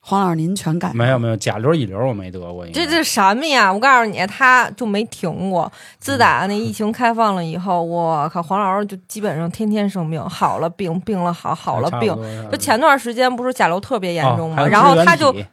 黄老师，您全感没有没有，甲流乙流我没得过，应该这这什么呀？我告诉你，他就没停过。自打那疫情开放了以后，我靠，黄老师就基本上天天生病，好了病，病了好，好了哎差不病。多差不多就前段时间不是甲流特别严哦重吗？还有然后他支原就体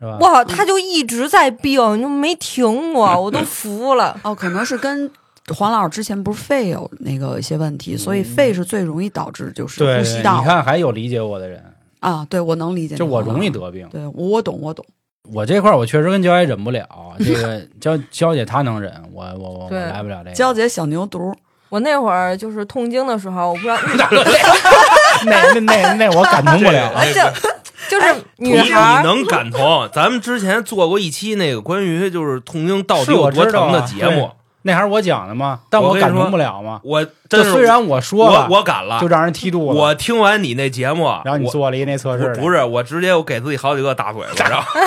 是吧？我靠，他就一直在病，就没停过，我都服了。哦，可能是跟黄老师之前不是肺有那个一些问题，所以肺是最容易导致就嗯是对，呼吸道你看还有理解我的人，啊。对，我能理解你。就我容易黄老得病师，。对我懂，我懂。我这块儿我确实跟娇姐忍不了，这个娇娇姐她能忍，我我我我对来不了这个。哎娇姐小牛犊，我那会儿就是痛经的时候，我不知道，那那那那我感同不了。这个哎就是啊女你孩你儿， 能感同？咱们之前做过一期那个关于就是痛经到底是有我知多道啊疼的节目，那还是我讲的吗？但我跟你感说同不了吗？我这真是虽然我说我了，我敢了就，让人踢住了。我听完你那节目，然后你我做了一那测试我来，不是我直接我给自己好几个大 嘴巴，然后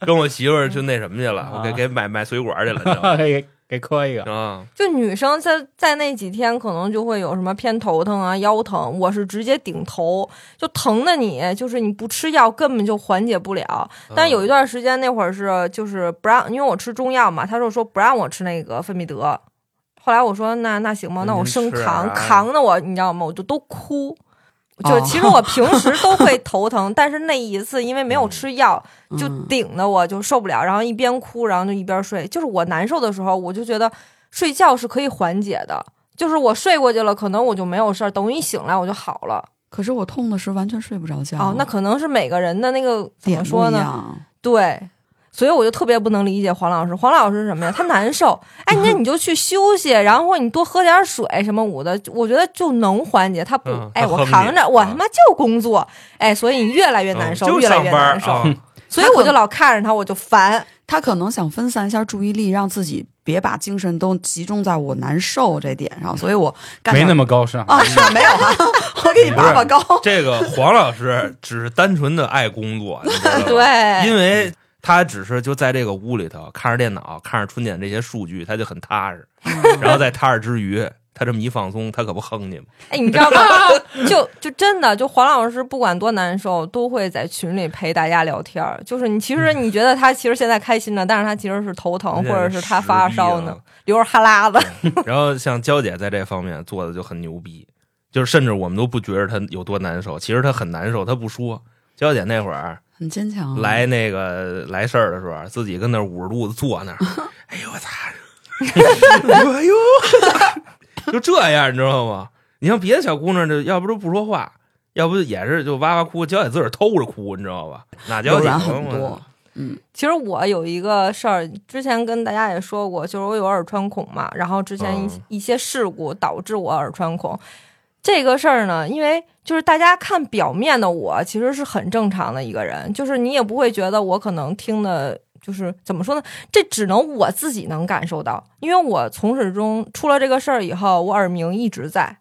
跟我媳妇儿就那什么去了，我给啊 给买买水果去了你知道吗。给给磕一个。啊，就女生在在那几天可能就会有什么偏头疼啊、腰疼，我是直接顶头，就疼的你就是你不吃药根本就缓解不了。嗯但有一段时间那会儿是就是不让，因为我吃中药嘛，他就说不让我吃那个芬必得。后来我说那那行吧，那我生嗯是扛、啊扛的我，你知道吗？我就都哭。就哦其实我平时都会头 疼，但是那一次因为没有吃药，就嗯顶的我就受不了，然后一边哭，然后就一边睡。就是我难受的时候，我就觉得睡觉是可以缓解的。就是我睡过去了，可能我就没有事儿，等我一醒来我就好了。可是我痛的是完全睡不着觉。哦，那可能是每个人的那个怎点么不说一呢？样对，所以我就特别不能理解黄老师。黄老师是什么呀？他难 受，哎，那你就去休息，然后或者你多喝点水什么我的，我觉得就能缓解。他不，嗯哎，他我哼你扛着，我啊他妈就工作，哎，所以你越来越难受，嗯就越来上越班儿难受，啊，所以我就老看着他，我就烦。他可能想分散一下注意力，让自己别把精神都集中在我难受这点上，所以我干没点那么高尚，啊， 是没有啊，我给你拔拔高。这个黄老师只是单纯的爱工作，你知道吗， 对，嗯因为他只是就在这个屋里头看着电脑，看着春点这些数据，他就很踏实。嗯然后在踏实之余，他这么一放松，他可不哼你吗？哎，你知道吗？就就真的，就黄老师不管多难受，都会在群里陪大家聊天儿。就是你其实你觉得他其实现在开心了，但是他其实是头疼，哦或者是啊他发烧呢，流着哈喇子。这是实力啊。然后像娇姐在这方面做的就很牛逼，就是甚至我们都不觉得她有多难受，其实她很难受，她不说。娇姐那会儿很坚嗯强、啊，来那个来事儿的时候，啊自己跟那捂着肚子坐 那儿，哎呦我操！哎呦， 就这样，你知道吗？你像别的小姑娘，这要不就不说话，要不就也是就哇哇哭，娇姐自个儿偷着哭，你知道吧？哪娇柔姐软呢很我多。嗯，其实我有一个事儿，之前跟大家也说过，就是我有耳穿孔嘛，然后之前一、嗯一些事故导致我耳穿孔。这个事儿呢，因为就是大家看表面的我，其实是很正常的一个人，就是你也不会觉得我可能听的，就是怎么说呢？这只能我自己能感受到，因为我从始至终出了这个事儿以后，我耳鸣一直在，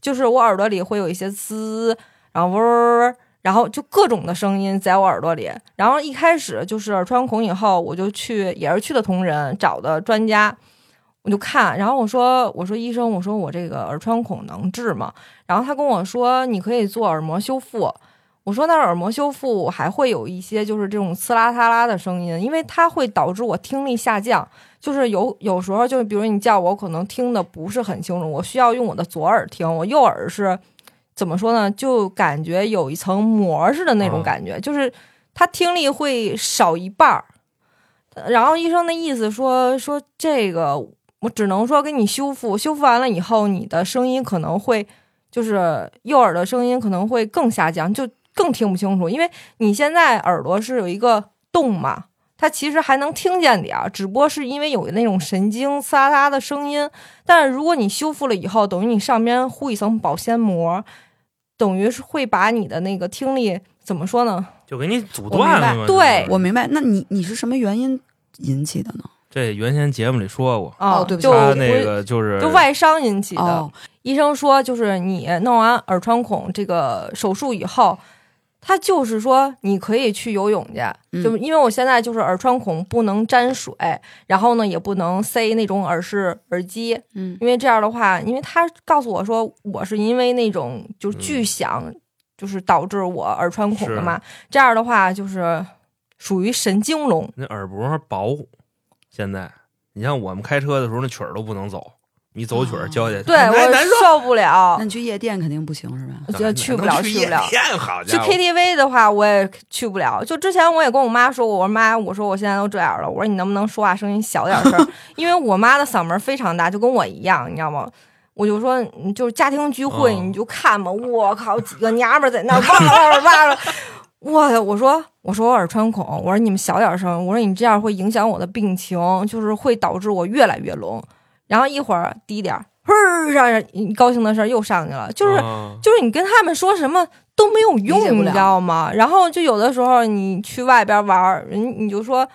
就是我耳朵里会有一些滋，然后嗡儿，然后就各种的声音在我耳朵里。然后一开始就是耳穿孔以后，我就去也是去的同仁找的专家，我就看，然后我说我说医生，我说我这个耳穿孔能治吗？然后他跟我说你可以做耳膜修复。我说那耳膜修复还会有一些就是这种刺啦啦啦的声音，因为它会导致我听力下降。就是有有时候就是比如你叫我，可能听的不是很清楚，我需要用我的左耳听，我右耳是怎么说呢？就感觉有一层膜似的那种嗯感觉，就是他听力会少一半儿。然后医生的意思说说这个，我只能说给你修复，修复完了以后，你的声音可能会就是右耳的声音可能会更下降，就更听不清楚，因为你现在耳朵是有一个洞嘛，它其实还能听见点儿，只不过是因为有那种神经呲啦啦的声音。但是如果你修复了以后，等于你上边糊一层保鲜膜，等于是会把你的那个听力怎么说呢？就给你阻断我了嘛。明白对我明白。那你你是什么原因引起的呢？这原先节目里说过，啊、哦对不起就他不那个就是就外伤引起的。哦，医生说，就是你弄完耳穿孔这个手术以后，他就是说你可以去游泳去，嗯就因为我现在就是耳穿孔不能沾水，然后呢也不能塞那种耳饰、耳机，嗯因为这样的话，因为他告诉我说我是因为那种嗯就是巨响，就是导致我耳穿孔的嘛，这样的话就是属于神经聋，那耳膜薄，现在你像我们开车的时候，那曲儿都不能走，你走曲儿，哦娇姐对哎我难受，受不了那。你去夜店肯定不行是吧？我觉得去不了，能去不 了夜。店好去家伙， KTV 的话，我也去不了。就之前我也跟我妈说过，我说妈，我说我现在都这样了，我说你能不能说话声音小点声儿？因为我妈的嗓门非常大，就跟我一样，你知道吗？我就说，你就是家庭聚会，哦你就看吧。我靠，几个娘们儿在那儿哇哇哇哇哇！我我说我说我耳穿孔，我说你们小点声，我说你这样会影响我的病情，就是会导致我越来越聋。然后一会儿低点儿，哼，让人高兴的事儿又上去了，就是啊就是你跟他们说什么都没有理解用，不你了知道吗？然后就有的时候你去外边玩儿，人你就说，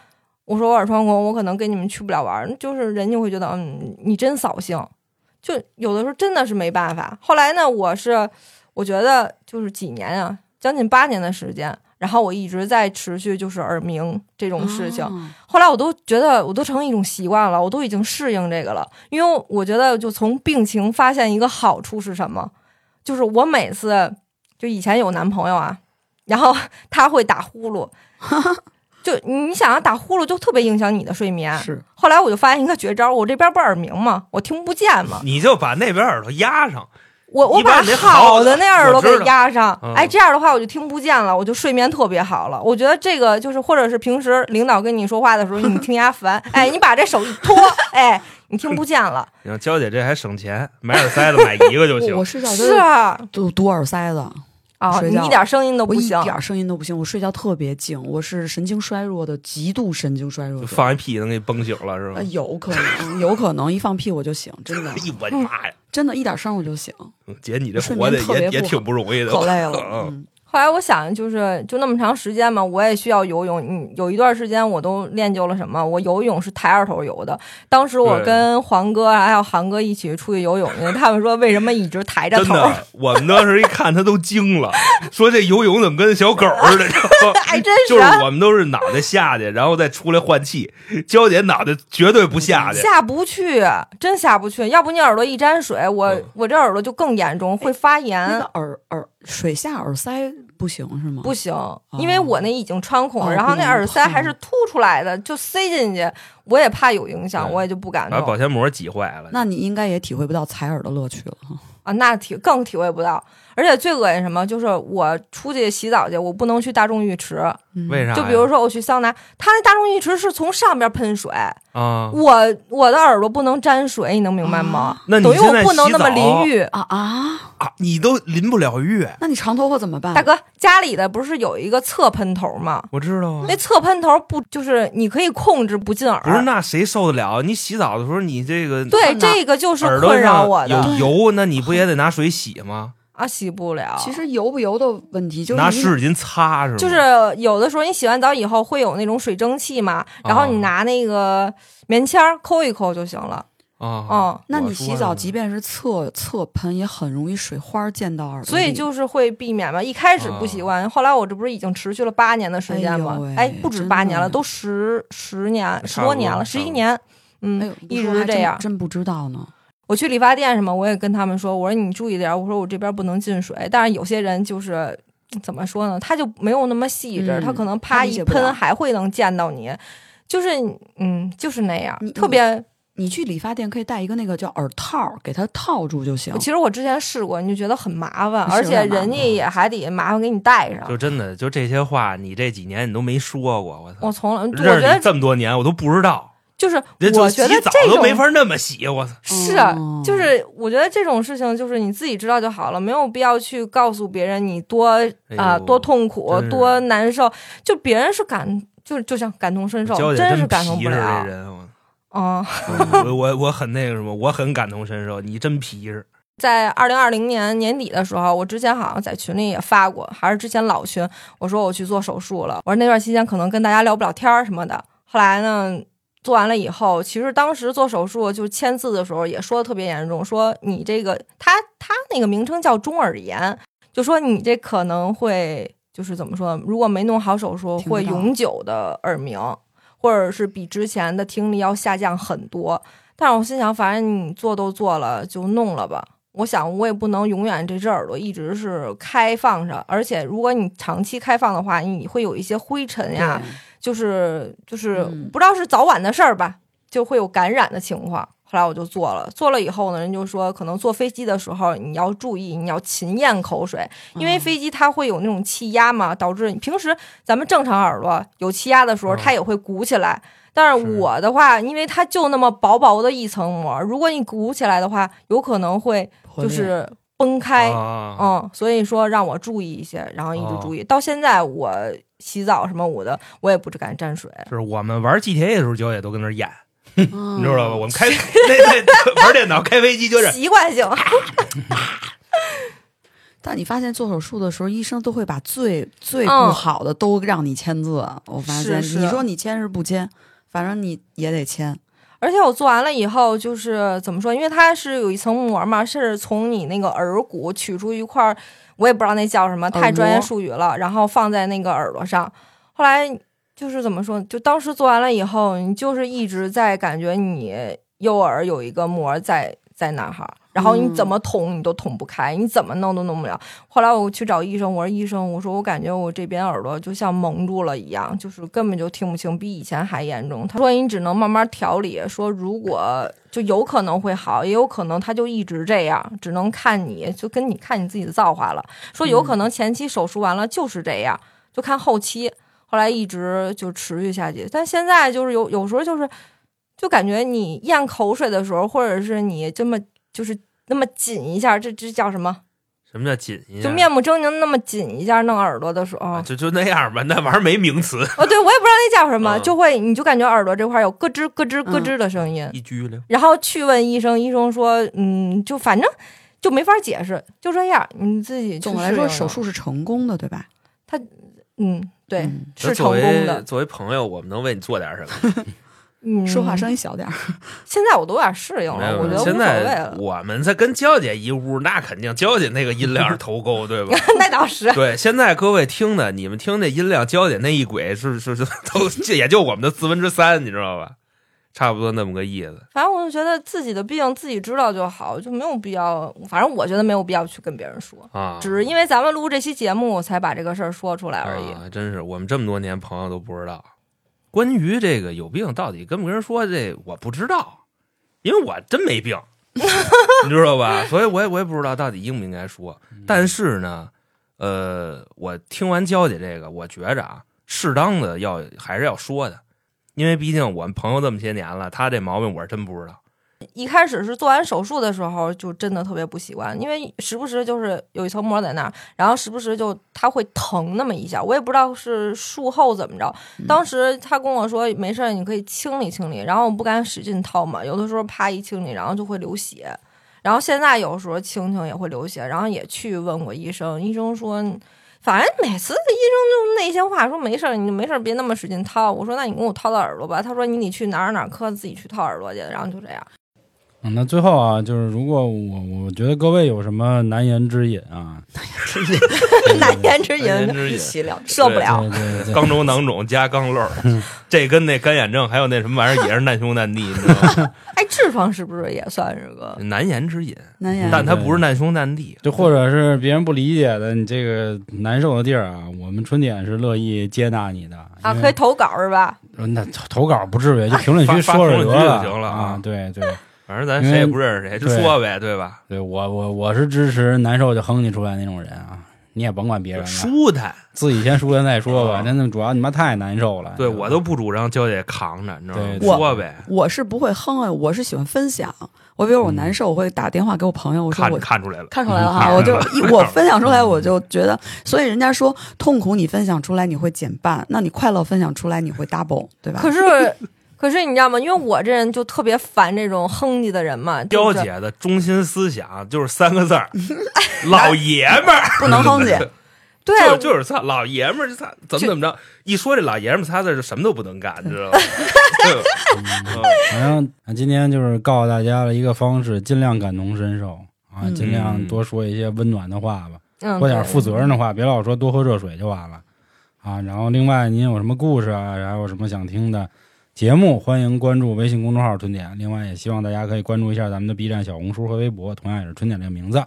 我说我耳穿孔，我可能跟你们去不了玩儿，就是人就会觉得，嗯，你真扫兴。就有的时候真的是没办法。后来呢，我是我觉得就是几年啊，将近八年的时间。然后我一直在持续就是耳鸣这种事情，哦后来我都觉得我都成一种习惯了，我都已经适应这个了。因为我觉得就从病情发现一个好处是什么，就是我每次就以前有男朋友啊，然后他会打呼噜，就你想要打呼噜就特别影响你的睡眠。是后来我就发现一个绝招，我这边不耳鸣嘛，我听不见嘛，你就把那边耳朵压上，我我你把把你那好好的的那耳朵给我知道压上嗯，哎，这样的话我就听不见了，我就睡眠特别好了。我觉得这个就是，或者是平时领导跟你说话的时候，你听牙烦，哎，你把这手一托，哎，你听不见 了。你看娇姐这还省钱，买耳塞子买一个就行我。我睡觉是都啊，都堵耳塞子，啊，睡你觉一点声音都我不一行。点声音都不行，我睡觉特别静，我是神经衰弱的，极度神经衰弱就者。放一屁能给你崩醒了是哎吧呃，？有可能，有可能一放屁我就醒，真的 哎，呦我的妈呀！真的，一点声我就醒，嗯姐，你这活的睡眠特别也也不好挺不容易的，可累了。嗯嗯，后来我想，就是就那么长时间嘛，我也需要游泳。嗯，有一段时间我都练就了什么？我游泳是抬二头游的。当时我对跟黄哥啊还有韩哥一起出去游泳去，他们说为什么一直抬着真头？的，我们当时一看他都惊了，说这游泳怎么跟小狗似的？知道 吗还真是啊就是我们都是脑袋下去，然后再出来换气。娇姐脑袋绝对不下去，下不去，真下不去。要不你耳朵一沾水，我、嗯我这耳朵就更严重，会发那炎个，耳耳水下耳塞不行是吗？嗯不行，因为我那已经穿孔，哦然后那耳塞不能碰嗯还是凸出来的，就塞进去，我也怕有影响，对我也就不敢把弄保鲜膜挤坏了。那你应该也体会不到采耳的乐趣了哈。啊，那体更体会不到。而且最恶心什么，就是我出去洗澡去，我不能去大众浴池，嗯为啥呀？就比如说我去桑拿，它那大众浴池是从上边喷水，啊，我我的耳朵不能沾水，你能明白吗？那你等于现我在不能那么洗澡淋浴。啊啊？啊你都淋不了浴，那你长头发怎么办？大哥，家里的不是有一个侧喷头吗？我知道啊。那侧喷头不就是你可以控制不进耳？不是，那谁受得了？你洗澡的时候，你这个对，那这个就是耳朵困扰上我的有油，那你不也得拿水洗吗？ 啊，洗不了。其实油不油的问题，就是拿你湿纸巾擦是吗？啊就是有的时候你洗完澡以后会有那种水蒸气嘛，哦然后你拿那个棉签儿抠一抠就行了。啊，嗯，那我说你洗澡，呢即便是侧侧喷，也很容易水花溅嗯到耳朵所里。以就是会避免嘛。一开始不习哦惯，后来我这不是已经持续了八年的时间嘛哎呦？喂哎，不止八年了，真的都十十年、十差不多多年了，差十不多一年。哎嗯呦，，一不直说还这真样。真不知道呢。我去理发店什么，我也跟他们说，我说你注意点儿，我说我这边不能进水。但是有些人就是怎么说呢，他就没有那么细致，嗯他可能啪他理一解不了喷还会能溅到你，就是嗯，就是那样你，特别。你去理发店可以带一个那个叫耳套，给它套住就行。其实我之前试过，你就觉得很麻烦，是而且很啊麻烦人家也还得麻烦给你戴就上。真的就这些话，你这几年你都没说过，我操！我从来，我认觉识你得这么多年，我都不知道。就是，人我觉洗得澡这都没种法那么洗，我操！是啊哦，就是我觉得这种事情就是你自己知道就好了，没有必要去告诉别人你多哎呦啊、多痛苦真是多难受，就别人是感就就像感同身受娇，姐真是皮感实同不这了。人，我嗯， 我我我很那个什么，我很感同身受。你真皮实，在二零二零年年底的时候，我之前好像在群里也发过，还是之前老群，我说我去做手术了，我说那段期间可能跟大家聊不了天儿什么的。后来呢，做完了以后，其实当时做手术就签字的时候也说的特别严重，说你这个他他那个名称叫中耳炎，就说你这可能会就是怎么说，如果没弄好手术，听不会到永久的耳鸣，或者是比之前的听力要下降很多。但是我心想，反正你做都做了，就弄了吧。我想，我也不能永远这只耳朵一直是开放着，而且如果你长期开放的话，你会有一些灰尘对呀，就是就是嗯不知道是早晚的事儿吧，就会有感染的情况。后来我就做了，做了以后呢，人就说可能坐飞机的时候你要注意，你要勤咽口水，因为嗯飞机它会有那种气压嘛，导致你平时咱们正常耳朵有气压的时候，嗯它也会鼓起来。但是是我的话，因为它就那么薄薄的一层膜，如果你鼓起来的话，有可能会破就裂是崩开，啊，嗯，所以说让我注意一些，然后一直注意。到现在我洗澡什么我的，我也不只敢沾水。就是我们玩 GTA 的时候，娇姐都跟那儿演，嗯你知道吧？我们开 那那玩电脑开飞机就是习惯性，但你发现做手术的时候，医生都会把最最嗯不好的都让你签字。我发是现是你说你签是不签，反正你也得签。而且我做完了以后，就是怎么说？因为它是有一层膜嘛，是从你那个耳骨取出一块儿，我也不知道那叫什么，膜太专业术语了，然后放在那个耳朵上。后来就是怎么说，就当时做完了以后，你就是一直在感觉你右耳有一个膜在在那儿哈，然后你嗯怎么捅你都捅不开，你怎么弄都弄不了。后来我去找医生，我说医生，我说我感觉我这边耳朵就像蒙住了一样，就是根本就听不清，比以前还严重。他说你只能慢慢调理，说如果就有可能会好，也有可能他就一直这样，只能看你就跟你看你自己的造化了。说有可能前期手术完了就是这样，就看后期。后来一直就持续下去，但现在就是有有时候就是，就感觉你咽口水的时候，或者是你这么就是那么紧一下，这这叫什么？什么叫紧一下就面目狰狞那么紧一下弄耳朵的时候，啊就就那样吧，那玩意儿没名词，哦，对我也不知道那叫什么，嗯就会你就感觉耳朵这块有咯吱咯吱咯吱的声音，一拘留。然后去问医生，医生说，嗯，就反正就没法解释，就这样，你自己去总的来适说，应手了，术是成功的，对吧？嗯，对，嗯是成作功为的，作为朋友，我们能为你做点什么？嗯，说话声音小点儿。现在我都有点适应没了，有我觉得无所现谓在了， 我们在跟娇姐一屋，那肯定娇姐那个音量是头沟，对吧？ 那倒是，对，现在各位听的，你们听这音量，娇姐那一轨是是 是，都这也就我们的四分之三，你知道吧？差不多那么个意思。反正我就觉得自己的病自己知道就好，就没有必要，反正我觉得没有必要去跟别人说，啊，只是因为咱们录这期节目，我才把这个事儿说出来而已。啊，真是我们这么多年朋友都不知道，关于这个有病到底跟不跟人说，这我不知道，因为我真 没病，你知道吧？所以我也我也不知道到底应不应该说。但是呢，呃，我听完娇姐这个，我觉着啊，适当的要还是要说的，因为毕竟我们朋友这么些年了，她这毛病我是真不知道。 一开始是做完手术的时候，就真的特别不习惯，因为时不时就是有一层膜在那儿，然后时不时就它会疼那么一下，我也不知道是术后怎么着。当时他跟我说没事儿，你可以清理清理，然后我不敢使劲掏嘛，有的时候啪一清理，然后就会流血。然后现在有时候清清也会流血，然后也去问过医生，医生说，反正每次医生就那些话说没事儿，你没事儿别那么使劲掏。我说那你给我掏掏耳朵吧，他说你得去哪儿哪儿科自己去掏耳朵去，然后就这样。嗯，那最后啊，就是如果我我觉得各位有什么难言之隐啊， 难言之难言隐，之一隐起了之。受不了。对对对，肛周囊肿加肛瘘，这跟那干眼症还有那什么玩意儿也是难兄难弟，你知道吗？哎，痔疮是不是也算是嗯个？难言之隐，难言但它不是难兄难弟。就或者是别人不理解的你这个难受的地儿啊，我们春点是乐意接纳你的啊，可以。投稿是吧？因呃为那投稿不至于，就评论区哎发说说发评论得区就了行了啊啊！对对反正咱谁也不认识谁，就对说呗，对吧？对，我我我是支持难受就哼唧出来那种人啊，你也甭管别人了，舒坦，自己先舒坦再说吧。啊真的，主要你妈太难受了。对我都不主张娇姐扛着，你知道吗对？对说呗，我是不会哼啊，我是喜欢分享。我比如我嗯难受，我会打电话给我朋友，我说看我看出来了，嗯看出来了哈，看我就一我分享出来，嗯我就觉得，所以人家说痛苦你分享出来你会减半，那你快乐分享出来你会 double，对嗯吧？可是，可是你知道吗？因为我这人就特别烦这种哼唧的人嘛。娇就是姐的中心思想就是三个字 儿：老爷们儿，不能 哼唧，对，哎就就是操老爷们儿，操怎么怎么着？一说这老爷们儿仨字儿，就什么都不能干，你知 道吗？嗯 反正今天就是告诉大家了一个方式，尽量感同身受啊，嗯尽量多说一些温暖的话吧，嗯，说点对负责任的话，别老说多喝热水就完了啊。然后另外，您有什么故事啊，然后有什么想听的节目，欢迎关注微信公众号“春点”。另外，也希望大家可以关注一下咱们的 B 站、小红书和微博，同样也是“春点”这个名字。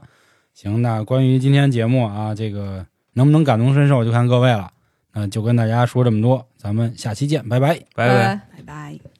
行，那关于今天节目啊，这个能不能感同身受就看各位了。那就跟大家说这么多，咱们下期见，拜拜。拜拜。拜拜。